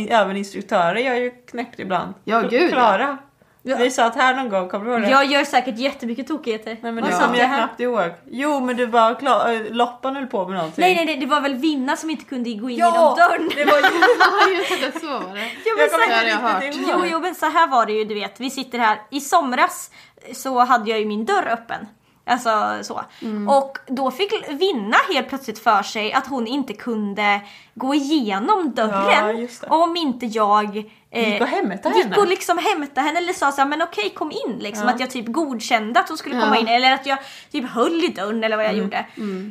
även instruktörer gör ju knäppt ibland. Ja, Kl- gud, ja. Klara. Ja. Vi satt här någon gång, kommer du ihåg det? Jag gör säkert jättemycket tokigheter. Nej men Vad det sa kommer jag här? knappt ihåg. Jo men du var klar, äh, Loppan höll på med någonting. Nej, nej, nej, det var väl Vinna som inte kunde gå in Ja! genom dörren. Det var ju... Ja, just det, så var det. Jo, men Jag kommer så- Det har jag inte riktigt ihåg. Jo, jo, men så här var det ju, du vet. Vi sitter här. I somras så hade jag ju min dörr öppen. Alltså så. Mm. Och då fick Vinna helt plötsligt för sig att hon inte kunde gå igenom Ja, dörren just det. om inte jag eh, Gick och hämtade gick henne. och liksom hämta henne eller sa så här, men okej kom in liksom. Att jag typ godkände att hon skulle Ja. komma in eller att jag typ höll i dörren eller vad Mm, jag gjorde.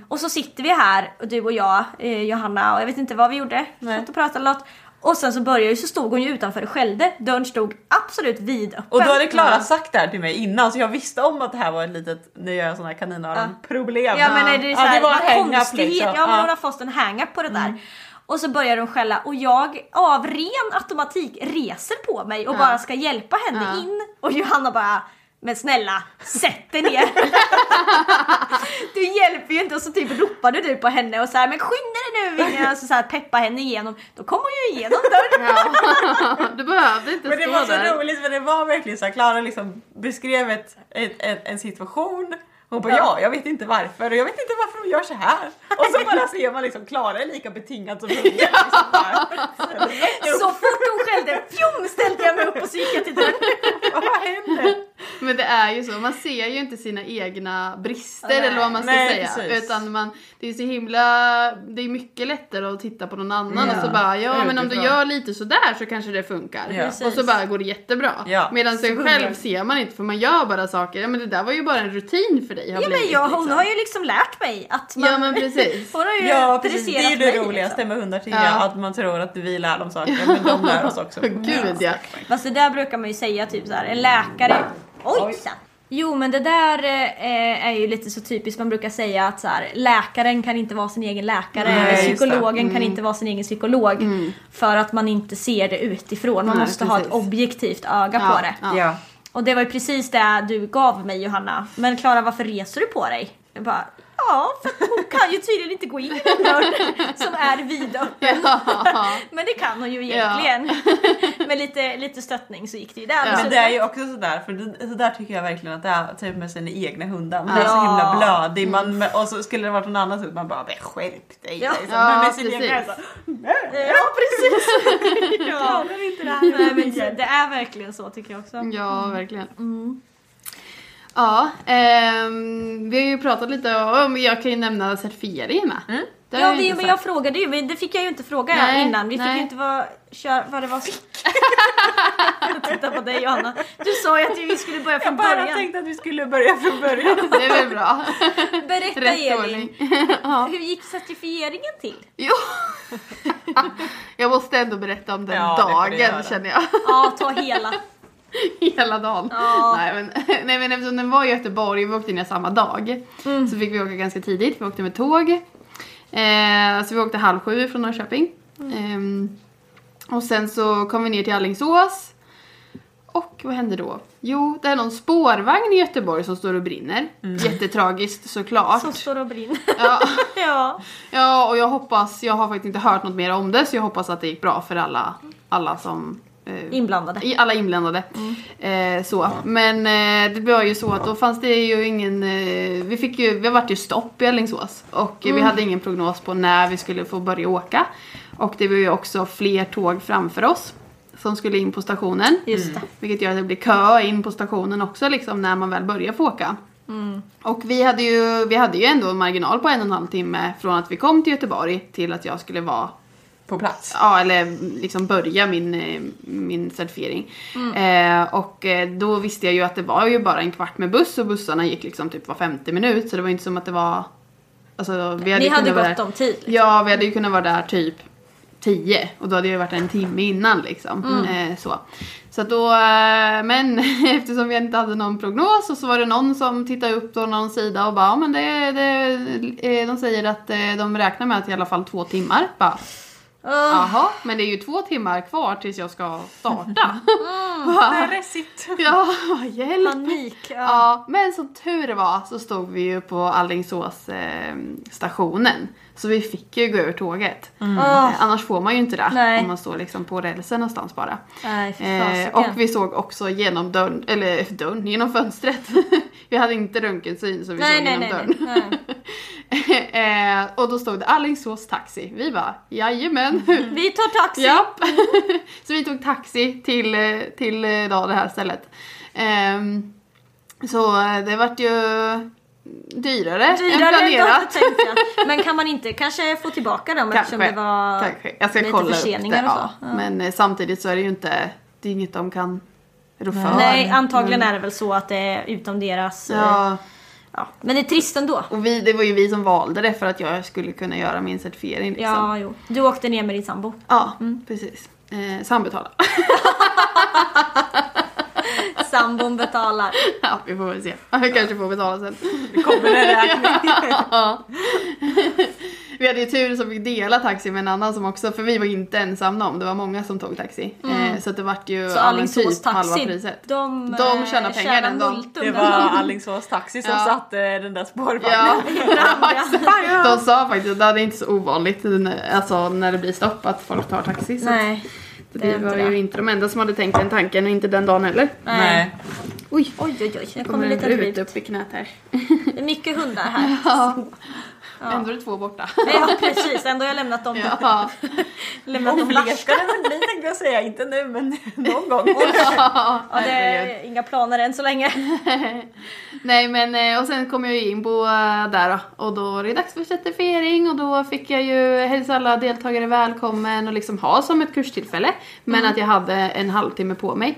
Och så sitter vi här, och du och jag, eh, Johanna och jag vet inte vad vi gjorde. Nej. Satt och pratade eller något. Och sen så började ju, så stod hon ju utanför och skällde. Dörren stod absolut vidöppen. Och då hade Klara sagt det här till mig innan så jag visste om att det här var ett litet, nu gör jag sådana här kaninöron-problem. Ja men är det, Ja, så här, var en vad hang-up konstighet. liksom. Ja men Ja. hon har fått en hang-up på det där. Och så börjar hon skälla och jag av ren automatik reser på mig och bara ska hjälpa henne Ja. in. Och Johanna bara men snälla, sätt dig ner! du hjälper ju inte och så typ ropade du på henne och så här men skynda dig nu Vinnie! Alltså så här peppa henne igenom. Då kom hon ju igenom dörren. Ja. Du behövde inte Men det stå var så där. roligt för det var verkligen så här, Klara liksom beskrev ett, ett, en- en situation. Hon bara Ja. ja. jag vet inte varför och jag vet inte varför hon gör så här. Och så bara ser man liksom Klara är lika betingad som hon. är, Liksom bara. Så fort hon skällde, fjum ställde jag mig upp och så gick jag till dörren. Vad händer? Men det är ju så, man ser ju inte sina egna brister Nej. eller vad man ska Nej, säga. precis. Utan man, det är så himla, det är mycket lättare att titta på någon annan och så bara ja men om du Utifrån. gör lite sådär så kanske det funkar. Ja. Och så Precis. bara går det jättebra. Ja. Medan sig själv ser man inte för man gör bara saker, ja men det där var ju bara en rutin för dig. har Ja, men blivit, jag, liksom. hon har ju liksom lärt mig att man... Ja men precis. hon har ju Ja precis, det dresserat är ju det mig, roligaste Liksom. med hundar tycker Ja. jag, att man tror att vi lär dem saker men de lär oss också. Gud ja. Fast det där brukar man ju säga typ så här, en läkare... Ojsan! Jo men det där eh, är ju lite så typiskt, man brukar säga att så här, läkaren kan inte vara sin egen läkare, Nej, eller just det. psykologen kan Mm. inte vara sin egen psykolog. För att man inte ser det utifrån, man Nej, måste ha ett precis. objektivt öga Ja, på det. ja. Ja. Och det var ju precis det du gav mig Johanna. Men Klara varför reser du på dig? Jag bara, ja för att hon kan ju tydligen inte gå in i den dörren som är vidöppen. Ja. Men det kan hon ju egentligen. Med lite, lite stöttning så gick det ju där. Men Så- det är ju också sådär, för det, så där tycker jag verkligen att det är typ med sina egna hundar. Man är så Ja. himla blödig man, och så skulle det varit någon annan hund man bara "Men skärp dig. Ja. liksom. Ja, men med sin precis. egna häst, Ja precis! ja. Nej, men så- det är verkligen så tycker jag också. Ja, verkligen. Mm. Ja, ehm, vi har ju pratat lite om, jag kan ju nämna certifiering med. Det har Mm. Ja, jag det, inte men jag sagt. frågade ju, men det fick jag ju inte fråga Nej, innan. Vi nej. fick ju inte vara, kör, vad det var. Titta på dig Johanna. Du sa ju att vi skulle börja från bara början. tänkte att vi skulle börja från början. Det är väl bra. Berätta Rätt Elin, ordning. hur gick certifieringen till? Jo! jag måste ändå berätta om den Ja, det får du dagen göra. känner jag. Ja, ta hela. Hela dagen. Ja. Nej, men, nej men eftersom den var i Göteborg och vi åkte ner samma dag Mm. så fick vi åka ganska tidigt, vi åkte med tåg. Eh, så vi åkte halv sju från Norrköping. Mm. Ehm, och sen så kom vi ner till Alingsås. Och vad hände då? Jo, det är någon spårvagn i Göteborg som står och brinner. Mm. Jättetragiskt såklart. Som står och brinner. Ja. Ja. Ja, och jag hoppas, jag har faktiskt inte hört något mer om det så jag hoppas att det gick bra för alla, alla som... eh, Inblandade. Mm. I alla inblandade. Eh, så. Men eh, det var ju så att då fanns det ju ingen, eh, vi fick ju, vi vart ju stopp i Alingsås och eh, Mm. vi hade ingen prognos på när vi skulle få börja åka. Och det var ju också fler tåg framför oss som skulle in på stationen. Just det. Vilket gör att det blir kö in på stationen också liksom när man väl börjar få åka. Mm. Och vi hade, ju, vi hade ju ändå en marginal på en och en halv timme från att vi kom till Göteborg till att jag skulle vara, På plats. ja eller liksom börja min, eh, min certifiering. Eh, och eh, då visste jag ju att det var ju bara en kvart med buss och bussarna gick liksom typ var 50 minut så det var inte som att det var, alltså vi hade Ni ju hade kunnat vara gott där- om tid. liksom. Ja, vi hade ju kunnat vara där typ 10 och då hade jag varit där en timme innan liksom. Mm. Eh, så. Så att då, eh, men eftersom vi inte hade någon prognos och så var det någon som tittade upp då någon sida och bara, ja men det, det eh, de säger att eh, de räknar med att i alla fall två timmar. Bara, Åh, jaha, men det är ju två timmar kvar tills jag ska starta. Mm. Där sitter ja, hjälp. Panik. Ja. Ja, men som tur var så stod vi ju på Alingsås eh, stationen. Så vi fick ju gå över tåget. Åh, Eh, Annars får man ju inte det Mm. Ah. Nej. om man står liksom på rälsen någonstans bara. Nej, fy Eh, fasiken. och vi såg också genom dörren, eller dörren, genom fönstret. vi hade inte röntgensyn så vi Nej, såg nej, genom nej, dörren. nej, eh, och då stod det Alingsås taxi. Vi bara jajamän. Vi tar taxi. Japp! så vi tog taxi till, eh, till eh, då, det här stället. Ehm, så eh, det vart ju dyrare, än Dyrare än jag planerat. hade tänkt jag. Men kan man inte kanske få tillbaka dem eftersom det var... Kanske. Jag ska lite kolla upp det. förseningar och så. ja. Ja. Men eh, samtidigt så är det ju inte, det är inget de kan rå för. Nej, antagligen är det väl så att det är utom deras... eh, Mm. Ja. Ja, Men det är trist ändå. och vi, det var ju vi som valde det för att jag skulle kunna göra min certifiering liksom. Ja, Mm. jo. Du åkte ner med din sambo. Ja, precis. Eh, sambetala. Sambon betalar. ja, vi får väl se. Jag kanske får betala sen. kommer en räkning. Ja. Vi hade ju tur som fick dela taxi med en annan som också, för vi var inte ensamma om, det var många som tog taxi. Eh, så att det vart ju Mm. Så ja, men typ Alingsås halva taxi, priset. de, De eh, tjänar pengar den dagen. multum Det den var dagen. Alingsås taxi som Ja. satte den där spårvagnen. Ja, ja exakt. De sa faktiskt att det är inte så ovanligt när- alltså, när det blir stopp att folk tar taxi. Så att Nej. det det, är inte var det. ju inte de enda som hade tänkt den tanken och inte den dagen heller. Nej. Nej. Oj, Oj, oj, oj. Jag kommer kommer en lite brut drivt. upp i knät här. Det är mycket hundar här. Ändå är det två borta. Ja precis, ändå har jag lämnat dem. Ja. Lämnat Om dem fler där. ska det väl bli tänkte jag säga, inte nu men någon gång. Ja, det är inga planer än så länge. Nej men eh, och sen kom jag ju in på eh, där då. Och då var det dags för certifiering och då fick jag ju hälsa alla deltagare välkommen och liksom ha som ett kurstillfälle. Men att jag hade en halvtimme på mig.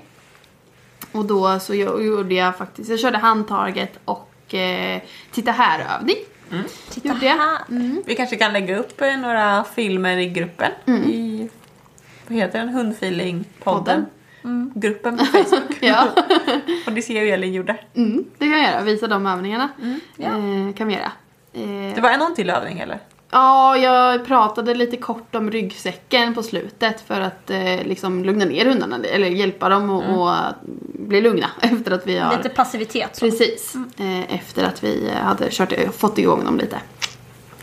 Och då så gö- gjorde jag faktiskt, jag körde handtaget och eh, titta här övning. Titta gjorde jag. här. Mm. Vi kanske kan lägga upp eh, några filmer i gruppen. Mm. I, vad heter den? Hundfeelingpodden. Gruppen på Facebook. Mm. Ja. Och det ser ju Elin gjorde. Mm, det kan jag göra, visa de övningarna. eh, kan vi göra. Eh, Det var någon till övning eller? Ja, jag pratade lite kort om ryggsäcken på slutet för att eh, liksom lugna ner hundarna, eller hjälpa dem att att bli lugna efter att vi har... Lite passivitet. Så. Precis. Eh, efter att vi hade kört, fått igång dem lite.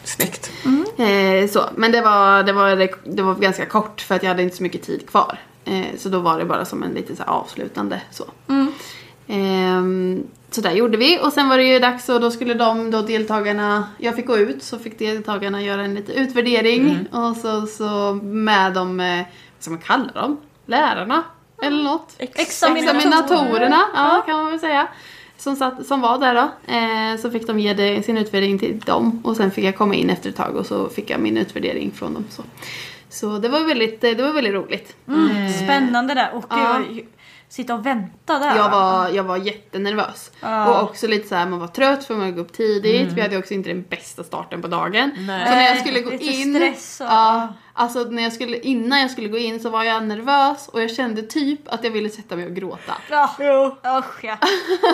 Snyggt. Eh, så. Men det var, det, var, det var ganska kort för att jag hade inte så mycket tid kvar. Eh, så då var det bara som en liten så här, avslutande så. Ehm, så där gjorde vi och sen var det ju dags och då skulle de då deltagarna, jag fick gå ut så fick deltagarna göra en liten utvärdering och så, så med de, eh, vad ska man kalla dem? Lärarna? Eller något? Examinatorerna. Examinatorerna, ja, kan man väl säga. Som, satt, som var där då. Eh, så fick de ge det, sin utvärdering till dem och sen fick jag komma in efter ett tag och så fick jag min utvärdering från dem. Så, så det, var väldigt, eh, det var väldigt roligt. Mm, spännande där. Och Ja. gud, sitta och vänta där. Jag var, jag var jättenervös. Ja. Mm. Och också lite så här, man var trött för man gick upp tidigt. Vi hade också inte den bästa starten på dagen. Så när jag Nej, skulle gå lite in. stress och- ja, alltså när jag skulle, innan jag skulle gå in så var jag nervös och jag kände typ att jag ville sätta mig och gråta. Ja. Jo. Usch ja.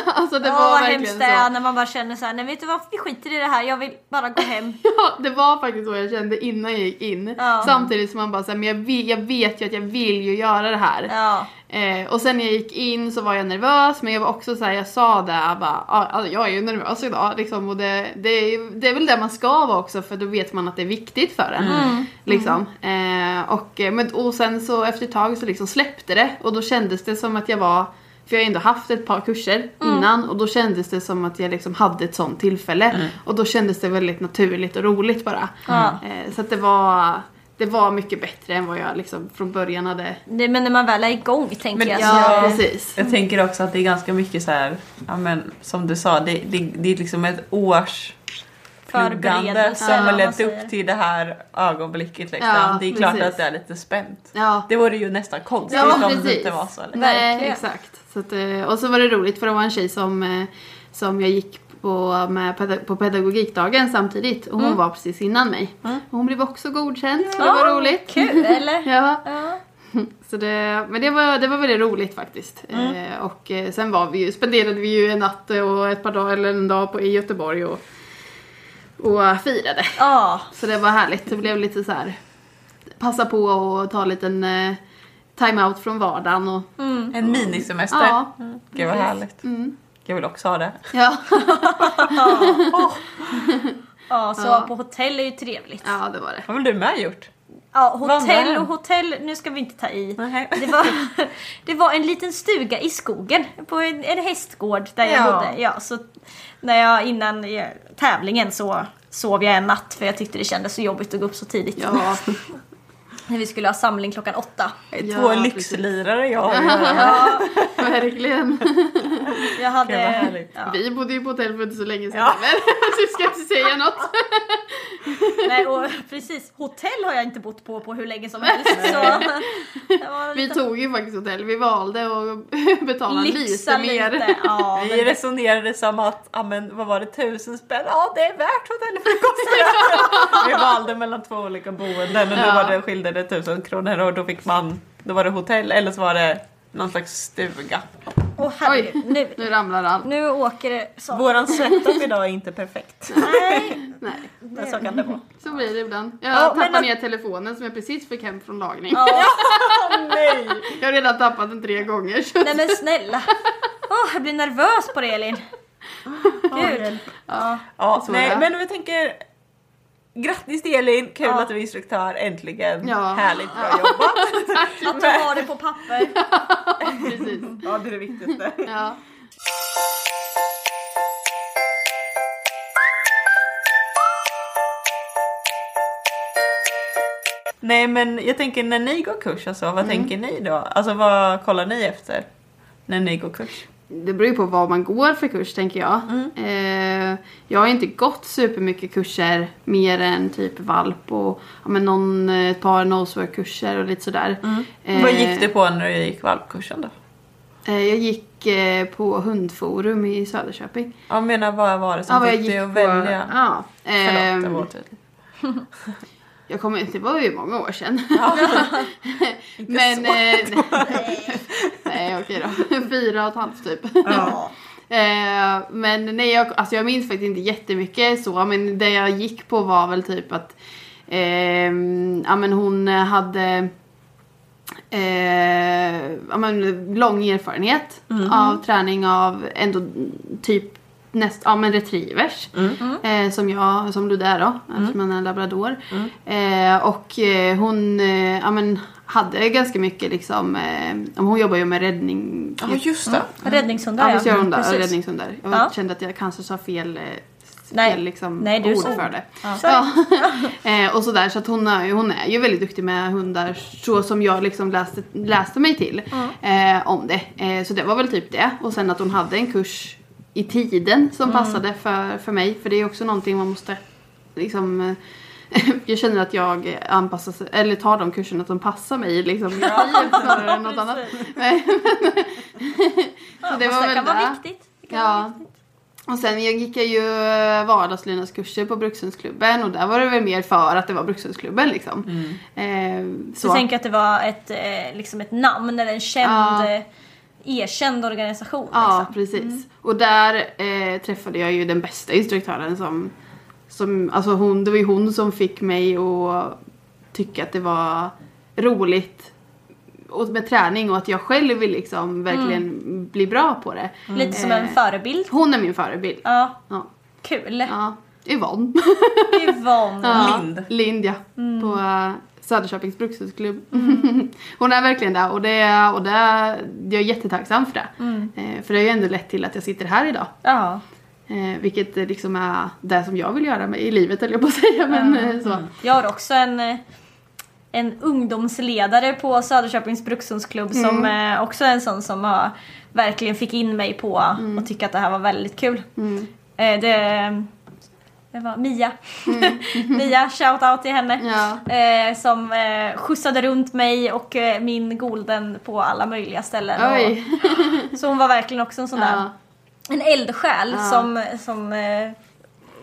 Alltså det Åh var vad verkligen hemskt det är så. när man bara känner såhär, nej vet du vad vi skiter i det här, jag vill bara gå hem. Ja, det var faktiskt så jag kände innan jag gick in. Ja. Samtidigt som man bara såhär, men jag vet, jag vet ju att jag vill ju göra det här. Ja. Eh, och sen när jag gick in så var jag nervös men jag var också såhär, jag sa det jag bara, "Ja, alltså, jag är ju nervös idag liksom, och det, det, är ju- det är väl det man ska vara också för då vet man att det är viktigt för en. Liksom. Eh, och, eh, men, och sen så efter ett tag så liksom släppte det och då kändes det som att jag var för jag har ändå haft ett par kurser innan och då kändes det som att jag liksom hade ett sånt tillfälle. Och då kändes det väldigt naturligt och roligt bara. Eh, så att det var, det var mycket bättre än vad jag liksom från början hade Det, men när man väl är igång tänker Men- jag. Ja. Ja, precis. Jag tänker också att det är ganska mycket så här, ja men som du sa, det, det, det är liksom ett års pluggande Förberedelse, eller som har vad man lett säger. upp till det här ögonblicket liksom. Ja, det är klart precis. att det är lite spänt. Ja. Det vore ju nästan konstigt Ja, om det precis. inte var så. Eller? Nej, Verkligen. exakt. Så att, eh, och så var det roligt för det var en tjej som, eh, som jag gick på, med peda- på pedagogikdagen samtidigt och hon Mm. var precis innan mig. Och Hon blev också godkänd så det Ja, var roligt. Kul eller? Ja, Ja. så det, men det var, det var väldigt roligt faktiskt. Mm. Eh, och eh, sen var vi ju, spenderade vi ju en natt och ett par dagar eller en dag på, i Göteborg och, och firade. Ja. Så det var härligt. Det blev lite så här. passa på och ta en liten eh, time-out från vardagen och En minisemester. Mm. Ja, Mm. Mm. Gud vad härligt. Jag vill också ha det. ja. Ja, så Ja. på hotell är ju trevligt. ja, det var det. Vad vill du med gjort? Ja, Vad var hotell det? och hotell, nu ska vi inte ta i. Nej. Det var, det var en liten stuga i skogen på en, en hästgård där jag Ja. bodde. Ja, så när jag, innan eh, tävlingen så sov jag en natt för jag tyckte det kändes så jobbigt att gå upp så tidigt. Ja, När vi skulle ha samling klockan åtta. Ja, Två precis. lyxlirare jag har att göra. verkligen. Jag Gud, vad hade, härligt. ja, Vi bodde ju på hotell för inte så länge sedan Ja. heller. Så vi ska inte säga något. nej, och, precis, hotell har jag inte bott på på hur länge som helst. Så, det var Vi lite- tog ju faktiskt hotell. Vi valde att betala lyxa lite mer. Ja, men Vi resonerade som att, ja men vad var det, tusen spänn? Ja det är värt hotellfrukosten! vi valde mellan två olika boenden och då Ja. var det, skilde det tusen kronor och då fick man, då var det hotell eller så var det någon slags stuga. Åh herregud, Oj. nu, Nu ramlar allt. nu åker det så. Våran setup idag är inte perfekt. Nej, Nej, Men så kan det vara. så blir det ibland. Jag Ja, men tappade att- ner telefonen som jag precis fick hem från lagning. ja, Nej! Jag har redan tappat den tre gånger. Så. nej men snälla. Åh, jag blir nervös på det Elin. Gud. Ja. Ja, Så är nej det. men vi tänker Grattis till Elin, kul Ja. att du är instruktör äntligen. Ja. Härligt, bra jobbat. Att du har det på papper. Precis. Ja det är det viktigaste. Ja. Nej men jag tänker när ni går kurs alltså, vad tänker ni då? Alltså vad kollar ni efter? När ni går kurs? Det beror ju på vad man går för kurs tänker jag. Mm. Eh, jag har inte gått supermycket kurser mer än typ valp och ja, men någon, eh, ett par nosework-kurser och lite sådär. Eh, Mm. Vad gick du på när du gick valpkursen då? Eh, jag gick eh, på hundforum i Söderköping. Jag menar vad var det som vad fick dig att välja? Ja, Förlåt, det ehm, var typ- tydligt. Jag kommer inte, det var ju många år sedan. Inte Men, så. eh, nej okej då. Fyra och ett halvt typ. Eh, men nej, jag, alltså jag minns faktiskt inte jättemycket så, men det jag gick på var väl typ att ehm, ja, men hon hade eh, ja, men lång erfarenhet av träning av ändå typ näst, ja, men retrievers. Eh, som jag, som du där då, eftersom man är labrador. Eh, och eh, hon eh, ja, men, hade ganska mycket liksom, eh, ja, men hon jobbar ju med räddning. Ja just det. Räddningshundar Mm, Ja, visst gör hon det. Precis. Räddningshundar. Jag Ja. kände att jag kanske sa fel, eh, Nej. fel liksom, Nej, du ord sa- för det. Sorry. Eh, och sådär, så att hon, är, ju- hon är ju väldigt duktig med hundar så som jag liksom läste, läste mig till eh, om det. Eh, så det var väl typ det. Och sen att hon hade en kurs i tiden som Mm. passade för, för mig. För det är också någonting man måste liksom eh, jag känner att jag anpassar sig, eller tar de kurserna som passar mig liksom i tiden snarare än något annat. Men- så det Fast var väl kan vara det. viktigt. Det kan vara Ja. viktigt. Och sen jag gick jag ju vardagslydnadskurser på Brukshundsklubben och där var det väl mer för att det var Brukshundsklubben liksom. Eh, Mm. Så så. jag tänker att det var ett, eh, liksom ett namn eller en känd, Ja. eh, erkänd organisation. Ja, liksom. precis. Och där eh, träffade jag ju den bästa instruktören som, som alltså hon, det var ju hon som fick mig att tycka att det var roligt och med träning och att jag själv vill liksom verkligen bli bra på det. Mm. Lite som en Eh, förebild. Hon är min förebild. Ja, Ja. kul. ja. Yvonne. Yvonne. Lind. Lind ja. På eh, Söderköpings brukshundsklubb. Hon är verkligen där och, det, och det, jag är jättetacksam för det. Eh, för det har ju ändå lett till att jag sitter här idag. Ja. Eh, vilket eh, liksom är det som jag vill göra med, i livet höll jag på att säga. Men, eh, så. Jag har också en, eh, en ungdomsledare på Söderköpings brukshundsklubb som Mm. eh, också är en sån som har, verkligen fick in mig på Mm. och tycka att det här var väldigt kul. Eh, det, det var Mia. Mia, shout out till henne. Mm. Ja. Eh, som eh, skjutsade runt mig och eh, min golden på alla möjliga ställen. Oj. Och, så hon var verkligen också en sån där Ja. en eldsjäl Ja. som, som eh,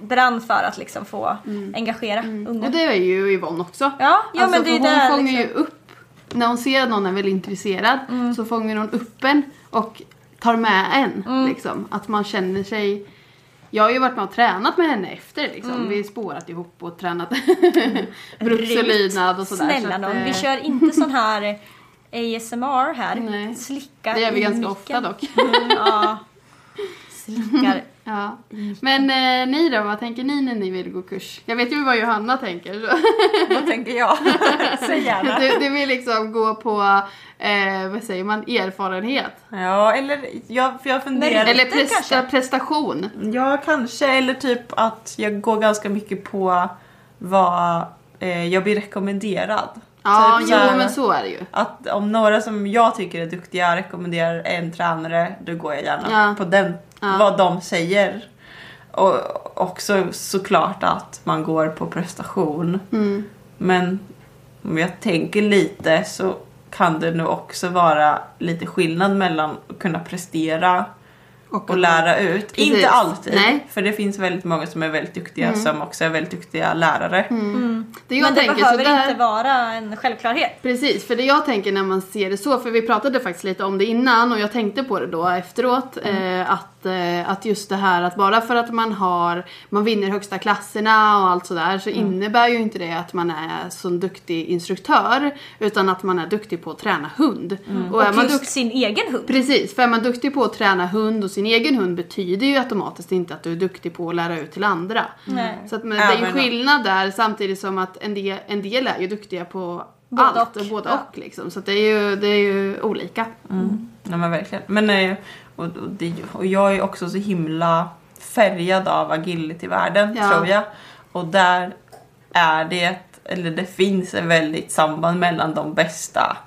brann för att liksom få Mm. engagera unga. Och det är ju Yvonne också. Ja, ja, men det är för hon där, fångar ju liksom. Mm. upp, när hon ser att någon är väldigt intresserad så fångar hon upp en och tar med en. Mm. Liksom. Att man känner sig jag har ju varit med och tränat med henne efter liksom. Mm. Vi har spårat ihop och tränat bruks och Grymt. lydnad och sådär. så Mm. Snälla att, nån, eh, vi kör inte sån här ASMR här. Nej. Slicka Det gör vi i ganska micken. ofta dock. Mm, ja. Slickar. Ja. Men eh, ni då, vad tänker ni när ni vill gå kurs? Jag vet ju vad Johanna tänker. Så. Vad tänker jag? Säg gärna. Du, du vill liksom gå på, eh, vad säger man, erfarenhet? Ja eller jag, för jag funderar. Meriter Eller Eller presta, kanske? prestation. Ja, kanske. Eller typ att jag går ganska mycket på vad eh, jag blir rekommenderad. Ja, typ jo såhär men så är det ju. Att om några som jag tycker är duktiga rekommenderar en tränare, då går jag gärna Ja. på den, vad de säger. Och också såklart att man går på prestation. Mm. Men om jag tänker lite så kan det nog också vara lite skillnad mellan att kunna prestera och lära ut. Precis. Inte alltid, Nej. Mm. för det finns väldigt många som är väldigt duktiga som också är väldigt duktiga lärare. Det jag Men det tänker behöver sådär, inte vara en självklarhet. Precis, för det jag tänker när man ser det så, för vi pratade faktiskt lite om det innan och jag tänkte på det då efteråt, Mm. eh, att, eh, att just det här att bara för att man har, man vinner högsta klasserna och allt sådär Mm. så innebär ju inte det att man är så duktig instruktör utan att man är duktig på att träna hund. Och är Mm. Och man just duktig sin egen hund. Precis, för är man duktig på att träna hund och sin egen hund betyder ju automatiskt inte att du är duktig på att lära ut till andra. Nej. Så att, men, det är ju Även om- skillnad där samtidigt som att en del, en del är ju duktiga på Både allt och. och både Ja. Mm. och liksom. Så att det är ju, det är ju olika. Nej men verkligen. Men, eh, och, och, det, och jag är också så himla färgad av agility-världen Ja. tror jag. Och där är det eller det finns en väldigt samband mellan de bästa.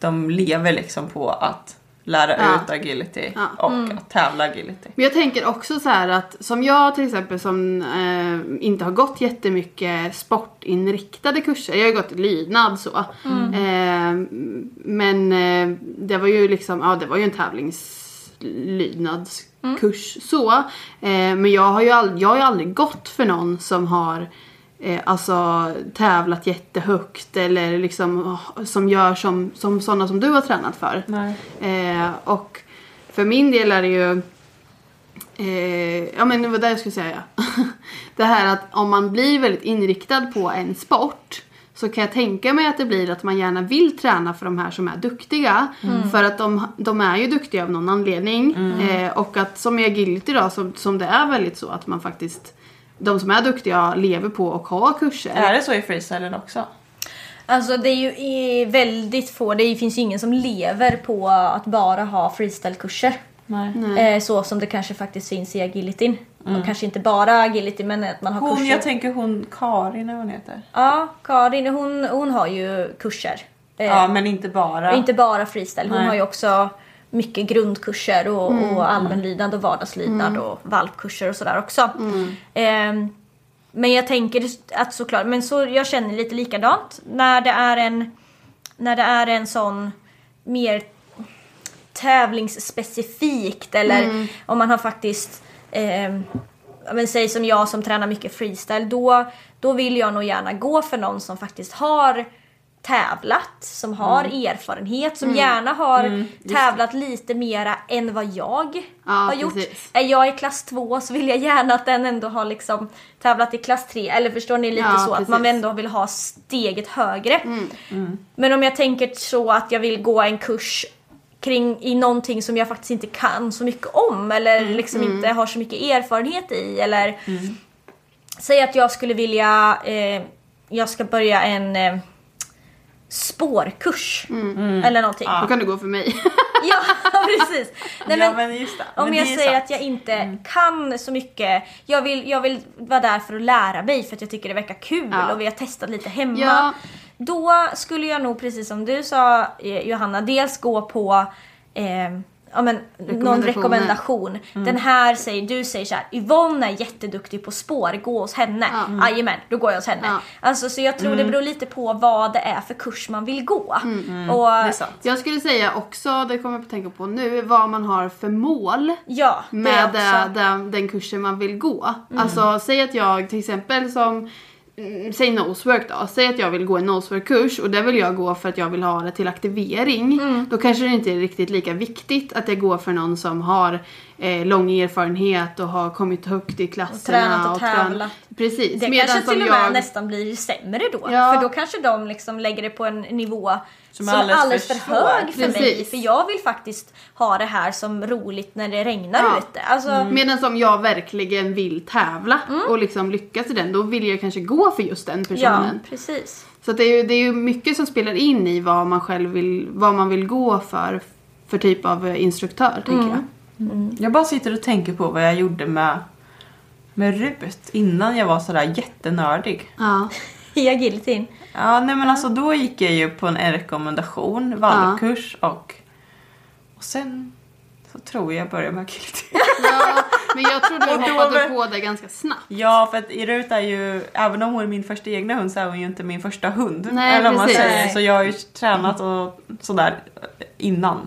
De lever liksom på att lära Ja. ut agility Ja. och att tävla agility. Men jag tänker också så här att som jag till exempel som eh, inte har gått jättemycket sportinriktade kurser. Jag har ju gått lydnad så. Eh, men eh, det var ju liksom, ja det var ju en tävlingslydnadskurs så. Eh, men jag har ju aldrig, jag har ju aldrig gått för någon som har eh, Alltså tävlat jättehögt eller liksom oh, som gör som, som sådana som du har tränat för. Nej. Eh, och för min del är det ju Eh, ja men det var det jag skulle säga. det här att om man blir väldigt inriktad på en sport så kan jag tänka mig att det blir att man gärna vill träna för de här som är duktiga. För att de, de är ju duktiga av någon anledning. Eh, och att som i agility då, som, som det är väldigt så att man faktiskt de som är duktiga lever på och har kurser. Är det så i freestylen också? Alltså det är ju i- väldigt få, det finns ju ingen som lever på att bara ha freestylekurser. Nej. Eh, så som det kanske faktiskt finns i agilityn. Mm. Och kanske inte bara agility men att man har Hon, kurser. jag tänker hon Karin eller vad hon heter. Ja, Karin hon, hon har ju kurser. Eh, Ja men inte bara. Och inte bara freestyle, hon Nej. Mm. har ju också mycket grundkurser och, och allmänlydnad och vardagslydnad och valpkurser och sådär också. Mm. Ehm, men jag tänker att såklart, men så jag känner lite likadant när det är en, när det är en sån mer tävlingsspecifikt eller om man har faktiskt ehm, ja, men säg som jag som tränar mycket freestyle, då, då vill jag nog gärna gå för någon som faktiskt har tävlat, som har erfarenhet, som gärna har tävlat lite mera än vad jag har gjort. precis. Är jag i klass 2 så vill jag gärna att den ändå har liksom tävlat i klass 3, eller förstår ni lite Ja, så att man precis. Mm. ändå vill ha steget högre. Men om jag tänker så att jag vill gå en kurs kring i någonting som jag faktiskt inte kan så mycket om eller Mm, liksom inte har så mycket erfarenhet i eller Säg att jag skulle vilja, eh, jag ska börja en eh, spårkurs Mm. eller någonting. Då kan du gå för mig. Ja, precis. Nej, Ja, men, men just det. Om Men jag det är säger sant. Mm. att jag inte kan så mycket. Jag vill, jag vill vara där för att lära mig för att jag tycker det verkar kul Ja. och vi har testat lite hemma. Ja. Då skulle jag nog, precis som du sa eh, Johanna, dels gå på eh, Ja, men, någon Rekommendationer. rekommendation. Mm. Den här säger, du säger så här, Yvonne är jätteduktig på spår, gå hos henne. Mm. Jajamän, då går jag hos henne. Ja. Alltså, så jag tror det beror lite på vad det är för kurs man vill gå. och, Mm, Det är sant. Jag skulle säga också, det kommer jag att tänka på nu, vad man har för mål. Ja, det med också. Mm. eh, den, den kursen man vill gå. Alltså säg att jag till exempel som mm, Säg nosework då, säg att jag vill gå en nosework-kurs och det vill jag gå för att jag vill ha det till aktivering. Mm. Då kanske det inte är riktigt lika viktigt att jag går för någon som har eh, lång erfarenhet och har kommit högt i klasserna. tränat och trän- tävlat. Precis. Det medan kanske som till och med jag- nästan blir sämre då. Ja. För då kanske de liksom lägger det på en nivå som, är är alldeles alldeles, för för, svår. hög för mig. Precis. För jag vill faktiskt ha det här som roligt när det regnar Ja. Mm. ute. Alltså, Medan som jag verkligen vill tävla och liksom lyckas i den, då vill jag kanske gå för just den ja, personen. precis. Så att det är ju det är ju mycket som spelar in i vad man själv vill, vad man vill gå för, för typ av eh, instruktör tänker jag. Jag bara sitter och tänker på vad jag gjorde med, med Rut innan jag var sådär jättenördig. Ja. I agilityn. Ja, nej men alltså då gick jag ju på en rekommendation, vallkurs och, och sen så tror jag jag började med agility. ja. Men jag tror du Och då hoppade var- på det ganska snabbt. ja, för att Rut är ju, även om hon är min första egna hund så är hon ju inte min första hund. Nej, eller om man precis. säger. Så jag har ju tränat och sådär innan.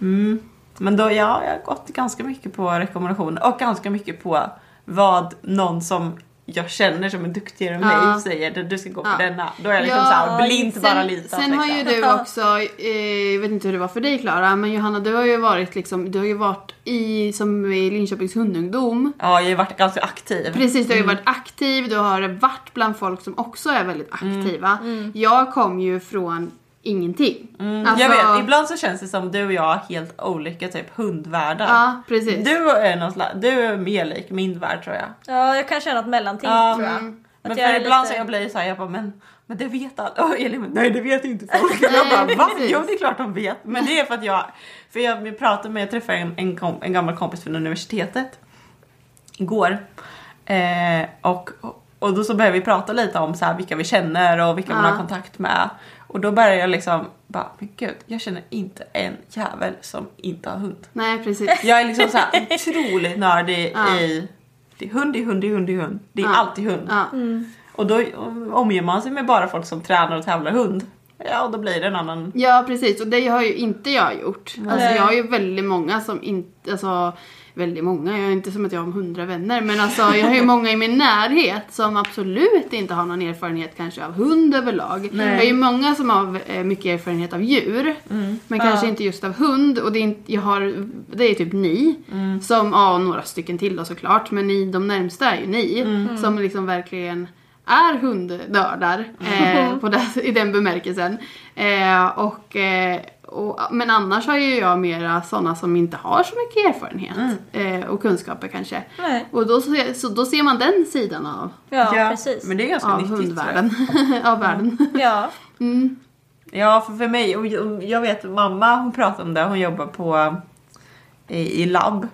Mm. Men då, ja, jag har gått ganska mycket på rekommendationer och ganska mycket på vad någon som jag känner som är duktigare än Ja. mig säger, du ska gå på Ja. denna. Då är jag liksom såhär blint bara litat. Sen har liksom. ju du också, eh, jag vet inte hur det var för dig Klara, men Johanna du har ju varit liksom, du har ju varit i, som i Linköpings hundungdom, Ja, jag har varit ganska aktiv. Precis, du har ju Mm. varit aktiv, du har varit bland folk som också är väldigt Mm. aktiva. Jag kom ju från ingenting. Alltså, Mm, Jag vet, ibland så känns det som du och jag har helt olika typ hundvärldar. Ja, precis. Du är, något, sla- du är mer lik min värld tror jag. Ja, jag kanske är något mellanting tror jag. Att jag Men för är ibland lite- så jag blir så här, jag bara men, men det vet alla. Och Elin bara, nej det vet inte folk. jag bara Nej, va? precis. Jo det är klart de vet. Men det är för att jag, för jag, jag pratade med, jag träffade en, en, kom, en gammal kompis från universitetet igår. Eh, och Och då så började vi prata lite om så här, vilka vi känner och vilka man har kontakt med. Och då började jag liksom bara, men gud, jag känner inte en jävel som inte har hund. Nej precis. Jag är liksom så här otroligt nördig i... Det är hund, det är hund, det är hund, det är hund. Det är alltid hund. Ja. Och då omger man sig med bara folk som tränar och tävlar hund. Ja, och då blir det en annan... Ja precis och det har ju inte jag gjort. Alltså jag har ju väldigt många som inte, alltså väldigt många, jag är inte som att jag har hundra vänner men alltså jag har ju många i min närhet som absolut inte har någon erfarenhet kanske av hund överlag. Jag har ju många som har eh, mycket erfarenhet av djur men kanske inte just av hund och det är, inte, jag har, det är typ ni som, ja och några stycken till då såklart men ni, de närmsta är ju ni som liksom verkligen är hundnördar eh, på det, i den bemärkelsen. Eh, och, eh, och, men annars har ju jag mera sådana som inte har så mycket erfarenhet Mm. eh, och kunskaper kanske. Nej. Och då, se- så, då ser man den sidan av, Ja, precis. Men det är ganska av nyttigt. tror jag. hundvärlden. av världen. Ja. Ja, för, för mig, och jag- jag vet mamma hon pratar om det, hon jobbar på i, i labb.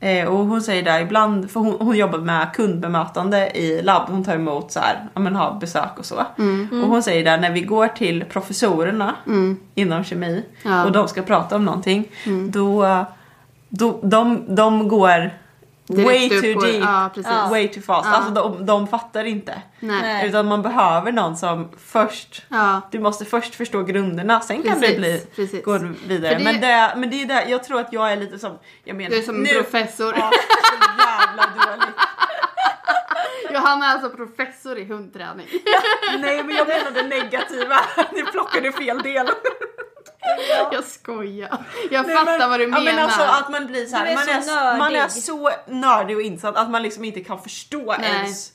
Eh, och hon säger där ibland, för hon, hon jobbar med kundbemötande i labb, hon tar emot så här, ja men har besök och så. Mm. Och hon säger där när vi går till professorerna inom kemi Ja. Mm. och de ska prata om någonting, då, då de, de går Direkt way upp too och- deep, ja, precis. Ja. way too fast. Alltså de, de fattar inte. Nej. Utan man behöver någon som först Ja. du måste först förstå grunderna, sen kan Precis, du bli, precis. gå vidare. För det- Men, det, men det är där, jag tror att jag är lite som, jag menar, Du är som nu, professor. Ja, så jävla dåligt. Johanna är alltså professor i hundträning. Nej men jag menar det negativa, ni plockade fel del. jag skojar. Jag Nej, fattar men- vad du menar. Ja, men alltså att man blir så Du här, är man, så är, nördig. man är så nördig och insatt att man liksom inte kan förstå Nej. ens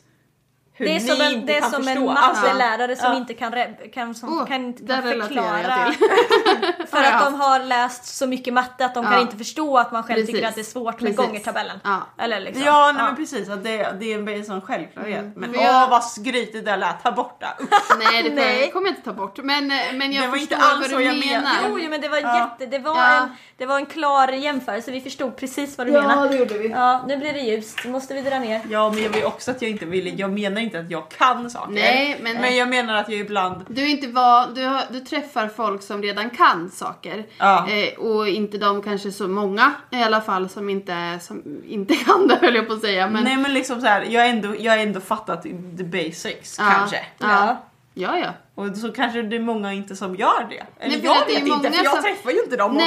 hur Det är ni som en, inte det är kan som en förstå. mattelärare Alltså, som inte kan, re- kan, som Åh, kan inte där kan relaterar jag förklara. till. För att de har läst så mycket matte att de Ja. kan inte förstå att man själv tycker Precis. att det är svårt med Precis. gångertabellen. Ja. Mm. Eller liksom. Ja, nej, men precis. Att det, det är en sån självklarhet. Men För jag- åh vad skrytigt det där lät här borta. Usch. Nej det får jag- Nej. kommer jag inte ta bort. Men, eh, men Det jag var inte förstår alls vad du så jag menar. menade. Jo, jo, men det var, jätte, det, var Ja. en, det var en klar jämförelse. Vi förstod precis vad du menade. det gjorde vi. Ja, nu blir det ljust. Nu måste vi dra ner. Ja men jag vill också att jag inte vill, jag menar inte att jag kan saker. Nej, men- jag menar att jag ibland, Du, är inte van, du, har, du träffar folk som redan kan saker. Ja. Eh, och inte de kanske så många i alla fall som inte, som inte kan det höll jag på att säga. Men, nej men liksom så här, jag har ändå, jag har ändå fattat the basics ja, kanske. Ja. Ja, ja. Och så kanske det är många inte som gör det. Eller Nej, för jag att det är vet inte många för jag som- träffar ju inte dem Nej,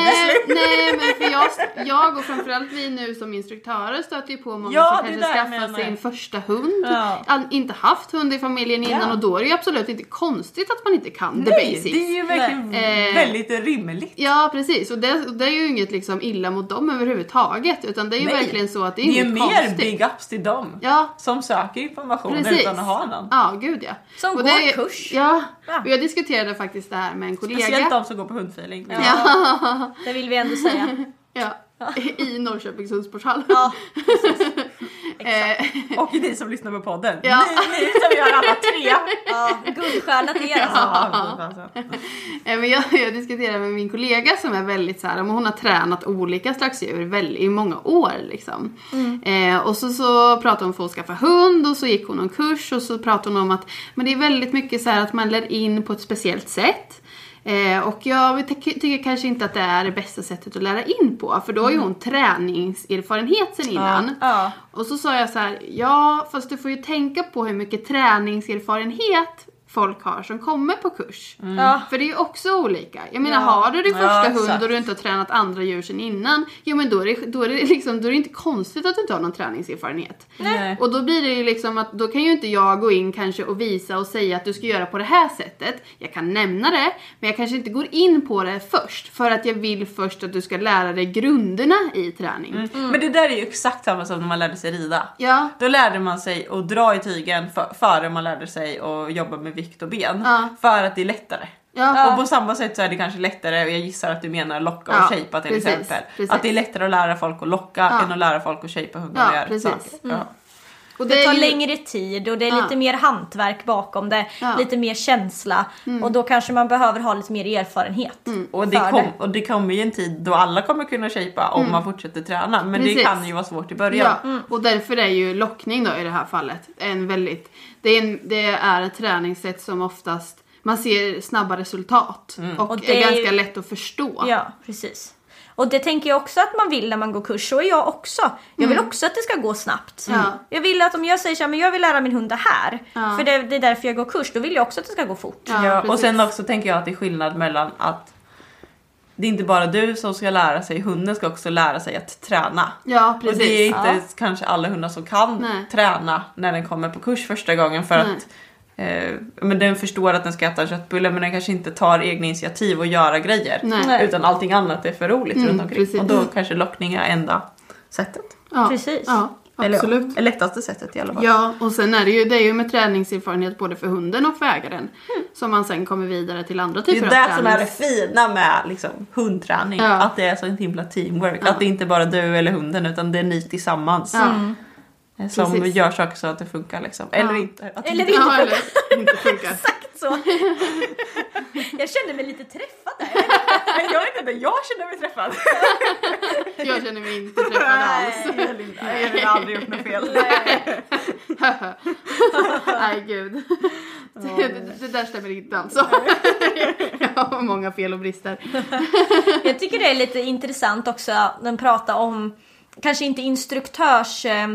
obviously. nej, men för jag, jag och framförallt vi nu som instruktörer stöter ju på många Ja, som det är kanske där jag skaffar menar. sin första hund. Ja. an- Inte haft hund i familjen innan Ja. och då är det ju absolut inte konstigt att man inte kan the Nej, basics. det är ju verkligen Nej. Eh. väldigt rimligt. Ja precis och det, och det är ju inget liksom illa mot dem överhuvudtaget utan det är ju Nej. verkligen så att det är Det är ju inget mer konstigt. big ups till dem Ja. som söker information Precis. utan att ha någon. Ja, gud ja. Som går det, kurs. Ja, Ja. och jag diskuterade faktiskt det här med en kollega. Speciellt de som går på hundfeeling. Det vill vi ändå säga. ja, I Norrköpings hundsporthall. Ja, Eh, Och ni som lyssnar på podden. Ja. Ni, ni som gör alla tre. ja. Guldstjärna till er alltså. Ja, alltså. Eh, Men jag, jag diskuterade med min kollega som är väldigt så här, men hon har tränat olika slags djur väl, i många år liksom. Mm. Eh, och så, så pratade hon om att skaffa hund och så gick hon någon kurs och så pratade hon om att men det är väldigt mycket så här att man lär in på ett speciellt sätt. Eh, och jag ty- tycker kanske inte att det är det bästa sättet att lära in på för då har ju hon träningserfarenhet sen innan. Mm. ja. Och så sa jag så här, ja fast du får ju tänka på hur mycket träningserfarenhet folk har som kommer på kurs. Ja. För det är ju också olika. Jag menar har du din Mm. Ja, första hund exakt. och du inte har tränat andra djur sedan innan, jo men då är, det, då, är det liksom, då är det inte konstigt att du inte har någon träningserfarenhet. Nej. Och då blir det ju liksom att då kan ju inte jag gå in kanske och visa och säga att du ska göra på det här sättet. Jag kan nämna det, men jag kanske inte går in på det först för att jag vill först att du ska lära dig grunderna i träning. Mm. Men det där är ju exakt samma som när man lärde sig rida. Mm. Ja. Då lärde man sig att dra i tygen för, före man lärde sig att jobba med vikt och ben. Ja. För att det är lättare. Ja. Och på samma sätt så är det kanske lättare, och jag gissar att du menar locka och Ja, shapea till precis, exempel. precis. Att det är lättare att lära folk att locka än att lära folk att shapea hur man Ja, gör precis. Mm. saker. Ja. Och det, det är tar ju- längre tid och det är Ja. lite mer hantverk bakom det. Ja. Mm. Lite mer känsla. Och då kanske man behöver ha lite mer erfarenhet. Och det, för kom, och det kommer ju en tid då alla kommer kunna shapea om man fortsätter träna. Men det Mm. Precis. kan ju vara svårt i början. Ja, och därför är ju lockning då i det här fallet en väldigt... Det är, en, det är ett träningssätt som oftast man ser snabba resultat och, Och är det är ju- ganska lätt att förstå. Ja, precis. Och det tänker jag också att man vill när man går kurs, så är jag också. Jag vill också att det ska gå snabbt. Mm. Ja. Jag vill att om jag säger så här, men jag vill lära min hund det här, för det, det är därför jag går kurs, då vill jag också att det ska gå fort. Ja, Ja, och precis. sen också tänker jag att det är skillnad mellan att det är inte bara du som ska lära sig, hunden ska också lära sig att träna. Ja, Och det är precis. inte kanske alla hundar som kan Nej. träna när den kommer på kurs första gången för Nej. att eh, men den förstår att den ska äta en köttbulle men den kanske inte tar egna initiativ och göra grejer. Nej. Mm, Utan allting annat är för roligt runt omkring. precis. Och då kanske lockning är enda sättet. Ja, Precis. Ja, absolut. Eller, lättaste sättet i alla fall. Ja, och sen är det ju, det är ju med träningserfarenhet både för hunden och för ägaren som man sen kommer vidare till andra Mm. Det typer är av det som är det tränings... fina med liksom, hundträning. Ja. Att det är så en himla teamwork. Att det inte bara är du eller hunden utan det är ni tillsammans. eh, Som Precis. gör saker så att det funkar liksom. Eller inte. Att det Eller inte- Ja, eller inte funkar. Exakt så! jag kände mig lite träffad där. jag vet inte, jag känner mig träffad. Jag känner mig inte träffad alls. Nej, jag har aldrig gjort något fel. Nej gud. Det, det där stämmer inte alls. Jag har många fel och brister. Jag tycker det är lite intressant också när man pratar om, kanske inte instruktörs, eh,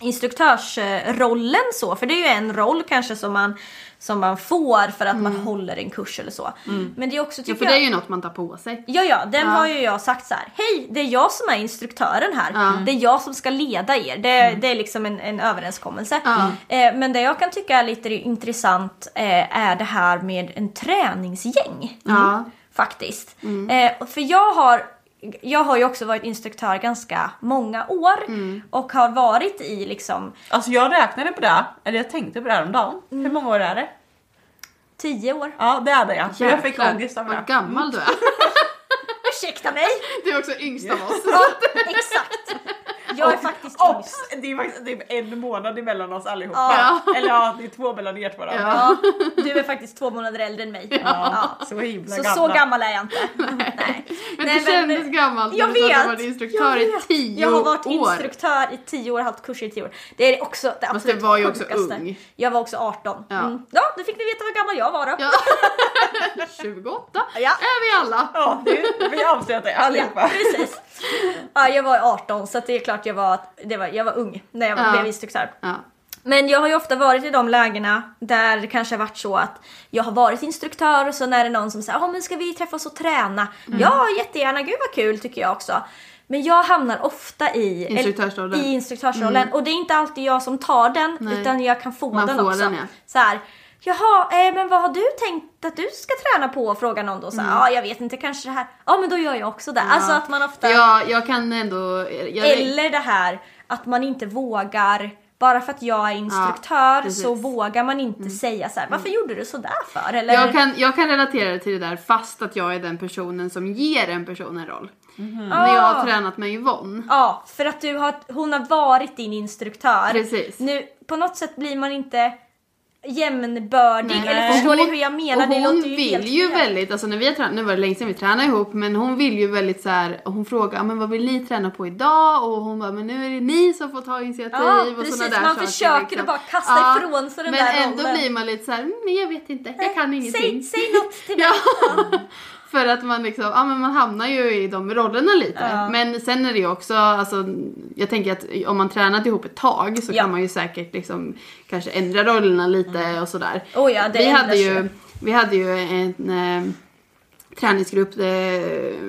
instruktörsrollen så, för det är ju en roll kanske som man, som man får för att man håller en kurs eller så. Men det är också Mm. Ja, tycker för det är jag... ju något man tar på sig. Ja, ja, den har ju jag sagt så här. Hej, det är jag som är instruktören här. Det är jag som ska leda er. Det, det är liksom en, en överenskommelse. Mm. Ja. Eh, men det jag kan tycka är lite intressant eh, är det här med en träningsgäng. Ja. Mm. Faktiskt. Eh, för jag har, jag har ju också varit instruktör ganska många år Mm. och har varit i liksom Alltså jag räknade på det, eller jag tänkte på det här om dagen. Hur många år är det? tio år. Ja det är det ja. För Jag fick Jäklar, Oh ångest av Vad det. gammal du är. Ursäkta mig! Du är också yngst av oss. Ja, exakt. Jag är faktiskt yngst. Ops! Det är faktiskt det är en månad emellan oss allihopa. Eller ja, det är två mellan er bara. Ja. Ja, du är faktiskt två månader äldre än mig. Ja. Så himla Så gamla. så gammal är jag inte. Nej. Men Nej, det kändes gammalt Jag när du sa att du vet, varit instruktör jag i vet. tio Jag har varit år. instruktör i tio år, haft kurser i tio år. Det är också det Fast absolut det var ju också sjukaste. ung. Jag var också 18. Ja. Ja. Mm. ja, då fick ni veta hur gammal jag var då. Ja. 28 Ja. är vi alla. Ja, det, vi har avslöjat det Ja, allihopa. precis. Ja, jag var 18 så att det är klart jag var, det var, jag var ung när jag Ja. blev instruktör. Ja. Men jag har ju ofta varit i de lägena där det kanske har varit så att jag har varit instruktör och så när det är någon som säger "Ja, men ska vi träffas och träna? Mm. Ja, jättegärna, gud vad kul tycker jag också. Men jag hamnar ofta i Instruktörsrollen. Mm. i instruktörsrollen och det är inte alltid jag som tar den Nej. utan jag kan få Man den får också. den, ja. Så här, Jaha, eh, men vad har du tänkt att du ska träna på? Frågar någon då. Så här, Mm. Ja, jag vet inte, kanske det här. Ja, men då gör jag också det. Alltså att man ofta... Jag, jag kan ändå... Jag, Eller det här att man inte vågar, bara för att jag är instruktör precis. Mm. så vågar man inte säga så här. varför gjorde du sådär för? Eller, jag, kan, jag kan relatera till det där fast att jag är den personen som ger en person en roll. Mhm. När jag Ah. har tränat med Yvonne. Ja, för att du har, hon har varit din instruktör. Precis. Nu, på något sätt blir man inte jämnbördig, Nej. eller Och förstår eh, hon- ni hur jag menar? och Det hon låter ju helt vill ju fel. väldigt, alltså när vi har tränat, nu var det länge sedan vi tränade ihop men hon vill ju väldigt så här, och hon frågar "Ah, men vad vill ni träna på idag och hon bara men nu är det ni som får ta initiativ Ja, och sådana precis. där Man saker, liksom." försöker att bara kasta ifrån sig den men där ändå rollen. blir man lite så här, "Mm, men jag vet inte, jag kan Säg, ingenting. säg något till mig. Ja. För att man liksom, ja men man hamnar ju i de rollerna lite. Men sen är det ju också, alltså, jag tänker att om man tränat ihop ett tag så Ja. kan man ju säkert liksom kanske ändra rollerna lite och sådär. Oh ja, det vi, hade ändras ju, ju. vi hade ju en eh, träningsgrupp, det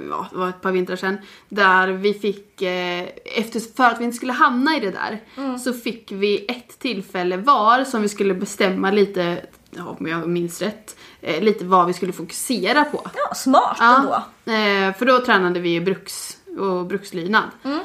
ja, det var ett par vintrar sedan, där vi fick, eh, efter, för att vi inte skulle hamna i det där, Mm. så fick vi ett tillfälle var som vi skulle bestämma lite, ja, om jag minns rätt, eh, lite vad vi skulle fokusera på. Ja, smart ändå. Eh, för då tränade vi ju bruks och brukslydnad. Mm.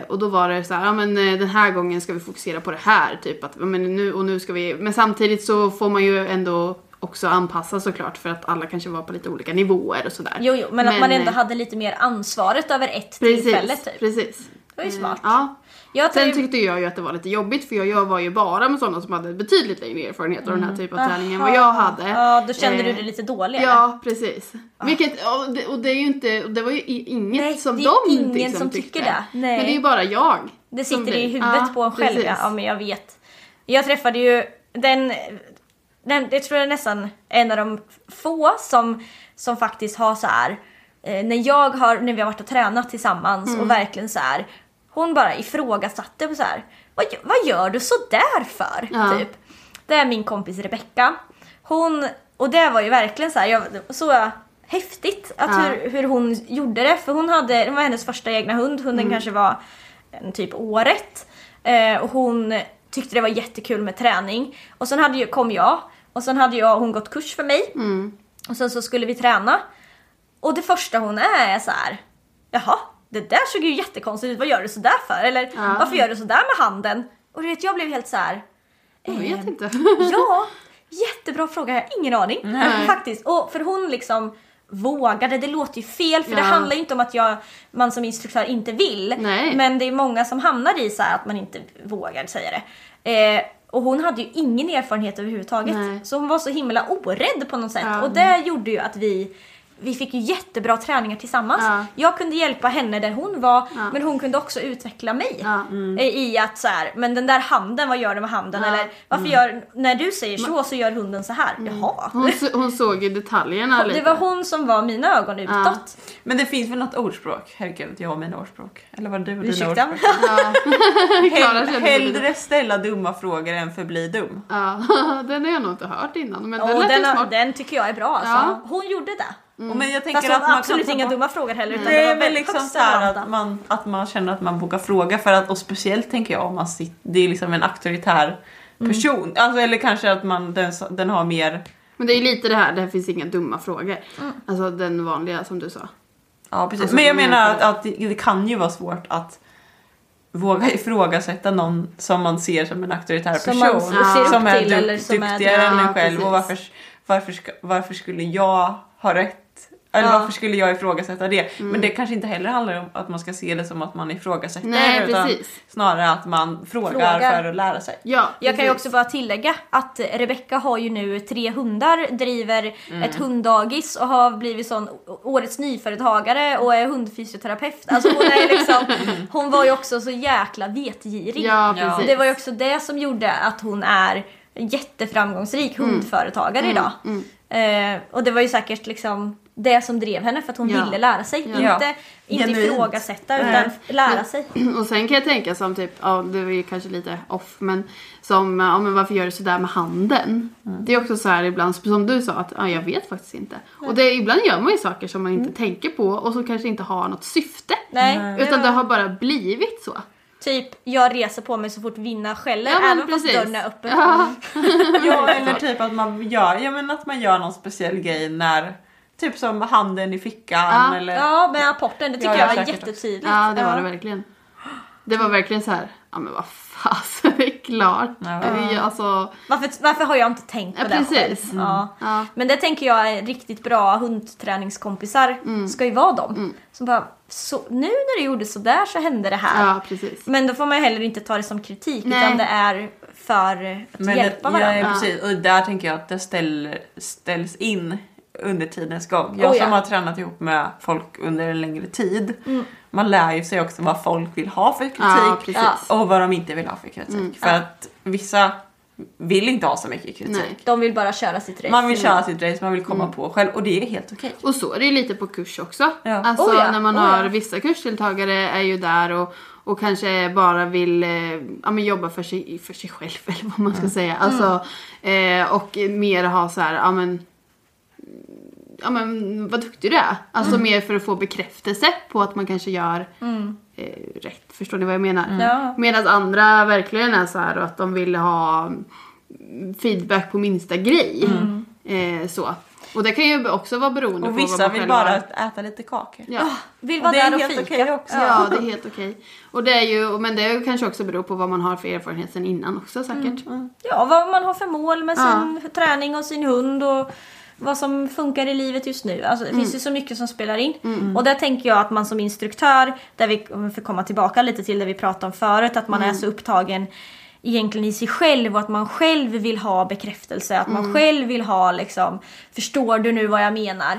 Eh, och då var det så här, ja men eh, den här gången ska vi fokusera på det här. Typ att, ja, men nu, och nu ska vi, men samtidigt så får man ju ändå också anpassa såklart för att alla kanske var på lite olika nivåer och sådär. Jo, jo, men, att man ändå eh, hade lite mer ansvaret över ett precis, tillfälle typ. Precis. Eh, Det var ju smart. Ja. Jag tar Sen ju... tyckte jag ju att det var lite jobbigt för jag, jag var ju bara med sådana som hade betydligt längre erfarenhet av den här typen av träning än vad jag hade. Mm. Ja, då kände du Eh, dig lite dålig eller? Ah. Ja, precis. Vilket, och, det, och det är ju inte, och det var ju i- inget Nej, som det de är ingen liksom som tycker tyckte. det. Nej. Men det är ju bara jag. Det som sitter i blir- huvudet Ja, på en själv. precis. Ja, Ja, men jag vet. Jag träffade ju den, den jag tror jag är nästan en av de få som, som faktiskt har så här. Eh, när jag har, när vi har varit och tränat tillsammans Mm. och verkligen så här. Hon bara ifrågasatte på så här. Vad, gö- vad gör du så där för? Ja. Typ. Det är min kompis Rebecka. Hon, och det var ju verkligen så här, jag, så häftigt att Ja. hur, hur hon gjorde det. För hon hade, det var hennes första egna hund, hunden Mm. kanske var en typ året. Eh, och hon tyckte det var jättekul med träning. Och sen hade ju, kom jag och sen hade jag och hon gått kurs för mig. Mm. Och sen så skulle vi träna. Och det första hon är är så här. Jaha, det där såg ju jättekonstigt ut. Vad gör du sådär för? Eller Ja. varför gör du sådär med handen? Och du vet, jag blev helt så här. Jag vet inte. Ja, jättebra fråga. Jag har ingen aning faktiskt. Och för hon liksom vågade, det låter ju fel för det Ja. handlar ju inte om att jag, man som instruktör inte vill. Nej. Men det är många som hamnar i så här att man inte vågar säga det. Eh, och hon hade ju ingen erfarenhet överhuvudtaget. Nej. Så hon var så himla orädd på något sätt. Ja. Och det gjorde ju att vi vi fick ju jättebra träningar tillsammans. Ja. Jag kunde hjälpa henne där hon var men hon kunde också utveckla mig. Ja. Eh, I att så här, men den där handen, vad gör den med handen? Eller varför gör, när du säger så så gör hunden så här. Jaha. Hon, så- hon såg ju detaljerna lite. Det var hon som var mina ögon utåt. Men det finns väl något ordspråk? Herregud, jag har mina ordspråk. Eller var du och dina Ursäkta? ordspråk? Klara kände lite- Hellre ställa dumma frågor än förbli dum. Ja, den har jag nog inte hört innan. Men den och lät ju den, smart. den tycker jag är bra alltså. Ja. Hon gjorde det. Och men jag tänker Mm. Fast hon att man har kan absolut ta inga bort- dumma frågor heller. Utan Det det är var väl väl liksom högst så här relevanta. att man, att man känner att man vågar fråga för att, och speciellt tänker jag om man sitter, det är liksom en auktoritär Mm. person. Alltså, eller kanske att man, den, den har mer, Men det är ju lite det här, det här finns inga dumma frågor. Mm. Alltså den vanliga som du sa. ja precis. Alltså, men jag mer- menar att, att det det kan ju vara svårt att våga ifrågasätta någon som man ser som en auktoritär Som man person. ser upp som till eller som är- duktigare än Ja, en själv och varför, precis. varför, ska, varför skulle jag ha rätt? Eller Ja. varför skulle jag ifrågasätta det? Men det kanske inte heller handlar om att man ska se det som att man ifrågasätter Nej, utan precis. snarare att man frågar, Frågar. för att lära sig. Ja, Jag kan ju precis. också bara tillägga att Rebecca har ju nu tre hundar, driver Mm. ett hunddagis och har blivit sån å- årets nyföretagare och är hundfysioterapeut. Alltså hon, är liksom, hon var ju också så jäkla vetgirig. Ja, precis. Det var ju också det som gjorde att hon är en jätteframgångsrik Mm. hundföretagare idag. Eh, och det var ju säkert liksom det som drev henne för att hon Ja. ville lära sig. Ja. Inte, inte Genuint. ifrågasätta utan Nej. lära sig. Och sen kan jag tänka som typ, ja det var ju kanske lite off men som, ja men varför gör du sådär med handen? Det är också så här ibland, som du sa att, ja jag vet faktiskt inte. Och det, ibland gör man ju saker som man inte tänker på och som kanske inte har något syfte. Nej, det Utan var- det har bara blivit så. Typ, jag reser på mig så fort vinna skäller Ja, men även fast precis. dörren är öppen. Mm. Ja. Ja, eller typ att man gör, ja, men att man gör någon speciell grej när, typ som handen i fickan Ja. eller Ja, men apporten, det tycker Ja, jag ja, var säkert också. jättetydligt. Ja det var det verkligen. Det var verkligen så här, ja men vad fasen det är klart. Ja. Det är ju Alltså, Varför, varför har jag inte tänkt på Ja, det här precis. Mm. själv? Ja. ja. Men det tänker jag är riktigt bra hundträningskompisar Mm. ska ju vara de. Som bara, så, nu när du gjorde sådär så hände det här. Ja precis. Men då får man ju heller inte ta det som kritik Nej. utan det är för att Men hjälpa det, varandra. Ja, precis. Och där tänker jag att det ställer, ställs in under tidens gång. Jag Oh, ja. som har tränat ihop med folk under en längre tid. Man lär ju sig också vad folk vill ha för kritik Mm. Ja, precis. Mm. och vad de inte vill ha för kritik. För att vissa vill inte ha så mycket kritik. Nej. Mm. De vill bara köra sitt race. Man vill köra sitt race, man vill komma på själv och det är helt okej. Och så är det ju lite på kurs också. Ja. Alltså Oh ja, när man oh ja. har vissa kursdeltagare är ju där och, och kanske bara vill eh, ja, men jobba för sig, för sig själv eller vad Mm. man ska säga. Alltså, eh, och mer ha så här, ja men Ja men vad duktig du är. Alltså Mm. mer för att få bekräftelse på att man kanske gör eh, rätt. Förstår ni vad jag menar? Ja. Medan andra verkligen är så här och att de vill ha feedback på minsta grej. Mm. Eh, så. Och det kan ju också vara beroende Och på vad vissa man vill själv bara har. äta lite kakor. Ja. Ah, Vill Och vara det där är och helt fika. okej också. ja, det är helt okej. Och det är ju, men det kanske också beror på vad man har för erfarenhet Mm, sen innan också säkert. Ja, vad man har för mål med sin träning och sin hund och vad som funkar i livet just nu. Alltså, det finns ju så mycket som spelar in. Och där tänker jag att man som instruktör, där vi om vi får komma tillbaka lite till det vi pratade om förut, att man är så upptagen egentligen i sig själv och att man själv vill ha bekräftelse. Att man själv vill ha liksom, förstår du nu vad jag menar?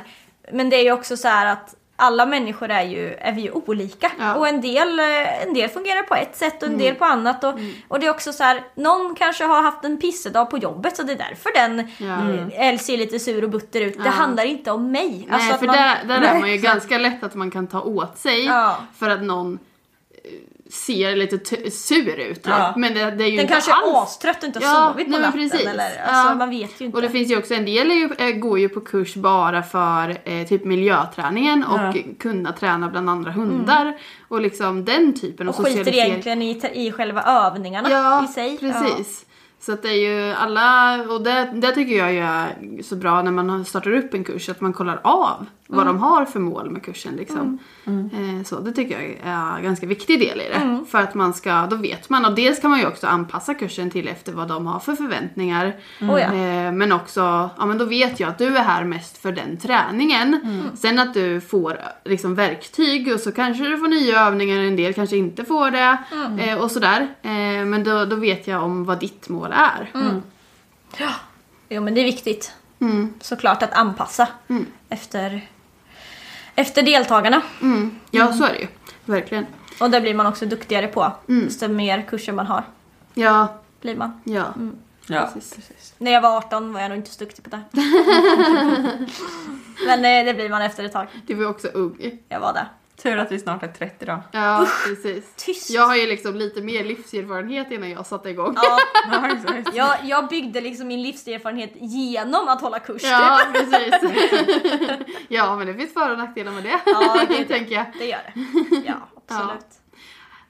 Men det är ju också så här att alla människor är ju, är vi ju olika. Ja. Mm. Och en del, eh, en del fungerar på ett sätt och en del på annat. Och, och det är också så här, någon kanske har haft en pissedag på jobbet så det är därför den Ja. eh, ser lite sur och butter ut. Det handlar inte om mig. Nej Alltså att för man- där, där är man ju Nej. ganska lätt att man kan ta åt sig Ja. för att någon eh, ser lite t- sur ut. typ. Ja. Men det, det är ju Den inte kanske alls. är astrött och inte har sovit på nej, men natten. precis. Eller, alltså, Ja. Man vet ju inte. Och det finns ju också, en del är ju, eh, går ju på kurs bara för eh, typ miljöträningen och kunna träna bland andra hundar. Och liksom den typen Mm. och skiter socialisering. egentligen i, i själva övningarna Ja, i sig. Ja. precis. Så att det är ju alla, och det, det tycker jag ju är så bra när man startar upp en kurs, att man kollar av vad Mm. de har för mål med kursen liksom. Eh, Så det tycker jag är en ganska viktig del i det. Mm. För att man ska, då vet man, och dels kan man ju också anpassa kursen till efter vad de har för förväntningar. Oh ja. Eh, Men också, ja men då vet jag att du är här mest för den träningen. Mm. Sen att du får liksom verktyg och så kanske du får nya övningar, en del kanske inte får det. Mm. eh, Och sådär. Eh, Men då, då vet jag om vad ditt mål är. Mm. Jo men det är viktigt. Mm. Såklart att anpassa efter, efter deltagarna. Mm. Ja så är det ju. Verkligen. Och det blir man också duktigare på. Mm. Desto mer kurser man har Ja, blir man. ja. Mm. Ja. Precis. När jag var 18 var jag nog inte så duktig på det. men eh, det blir man efter ett tag. Du var också ung. Jag var där. Tur att vi snart är 30 då. Ja, precis. tyst. Jag har ju liksom lite mer livserfarenhet innan jag satte igång. Ja, Ja, exakt. jag, jag byggde liksom min livserfarenhet genom att hålla kurs. Ja, precis. ja, men det finns för och nackdelar med det. Ja, det- tänker jag. Det gör det. Ja, absolut.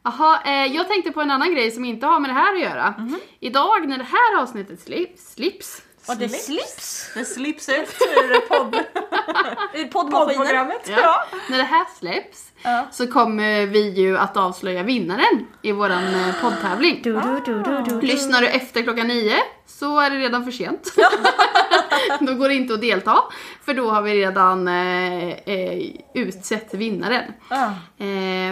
Jaha, eh, jag tänkte på en annan grej som inte har med det här att göra. Mhm. Idag när det här avsnittet slips, slips Och det slips Det slips ut ur podd- ur poddmaskinen. poddprogrammet. ja, när det här släpps Ja. så kommer vi ju att avslöja vinnaren i våran eh, poddtävling. Du, du, du, du, du. Lyssnar du efter klockan nio så är det redan för sent. då går det inte att delta för då har vi redan eh, eh, utsett vinnaren. Ja. Eh,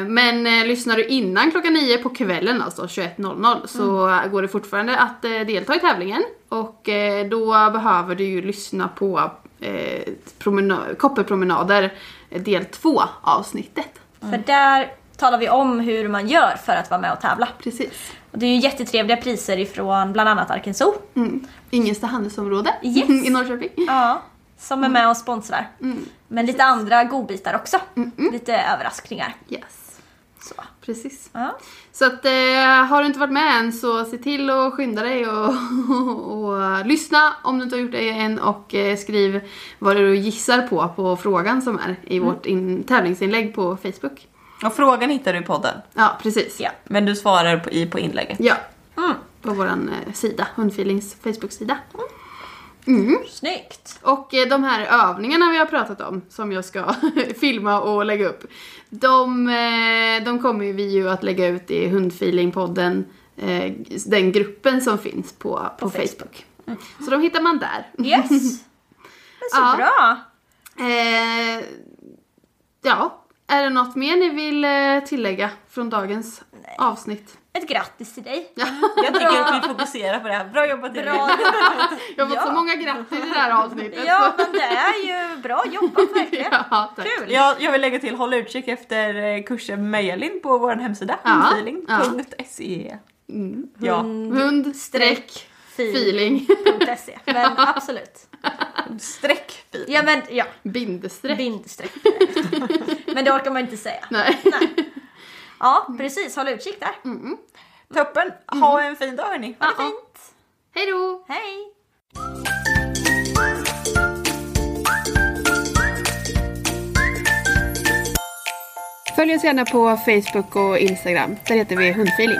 men eh, lyssnar du innan klockan nio på kvällen, alltså 21.00, så Mm. går det fortfarande att eh, delta i tävlingen. Och eh, då behöver du ju lyssna på eh, promena- Kopparpromenader eh, del 2 avsnittet. För där talar vi om hur man gör för att vara med och tävla. Precis. Och det är ju jättetrevliga priser ifrån bland annat Arkenso. Mm. Ingelsta handelsområde Yes. i Norrköping. Ja. Som är med och sponsrar. Mm. Men lite andra godbitar också. Lite överraskningar. Yes. Så. Precis. Ja. Så att eh, har du inte varit med än så se till att skynda dig och, och, eh, lyssna om du inte har gjort det än och eh, skriv vad du gissar på på frågan som är i vårt in, tävlingsinlägg på Facebook. Och frågan hittar du i podden. Ja, precis. Ja. Men du svarar på, i på inlägget. Ja, Mm. på våran eh, sida, Hundfeelings Facebook-sida. Snyggt! Mm. Och eh, de här övningarna vi har pratat om, som jag ska filma och lägga upp, de, eh, de kommer ju vi ju att lägga ut i Hundfeelingpodden, eh, den gruppen som finns på, på, Facebook. Så de hittar man där. Yes! Men så Mm. Ja. bra! Eh, ja, är det något mer ni vill eh, tillägga från dagens avsnitt? Ett grattis till dig! Jag tycker att vi fokuserar på det här. Bra jobbat Elin. Bra jobbat! Jag har Ja. fått så många grattis i det här avsnittet. Ja så- men det är ju bra jobbat verkligen! Ja, tack. Kul! Jag, jag vill lägga till, håll utkik efter eh, kursen med Elin på vår hemsida. Ja. Hundfeeling.se Mm. Ja, Hund, streck, feeling, Feeling.se. Men absolut. streck fil. Ja men ja, bindestreck. bindstreck. Men det orkar man inte säga. Nej. Mm. Ja precis, håll utkik där. Toppen! Mm. Ha en fin dag hörni! Ha det fint! Hej då! Hej! Följ oss gärna på Facebook och Instagram. Där heter vi Hundfeeling.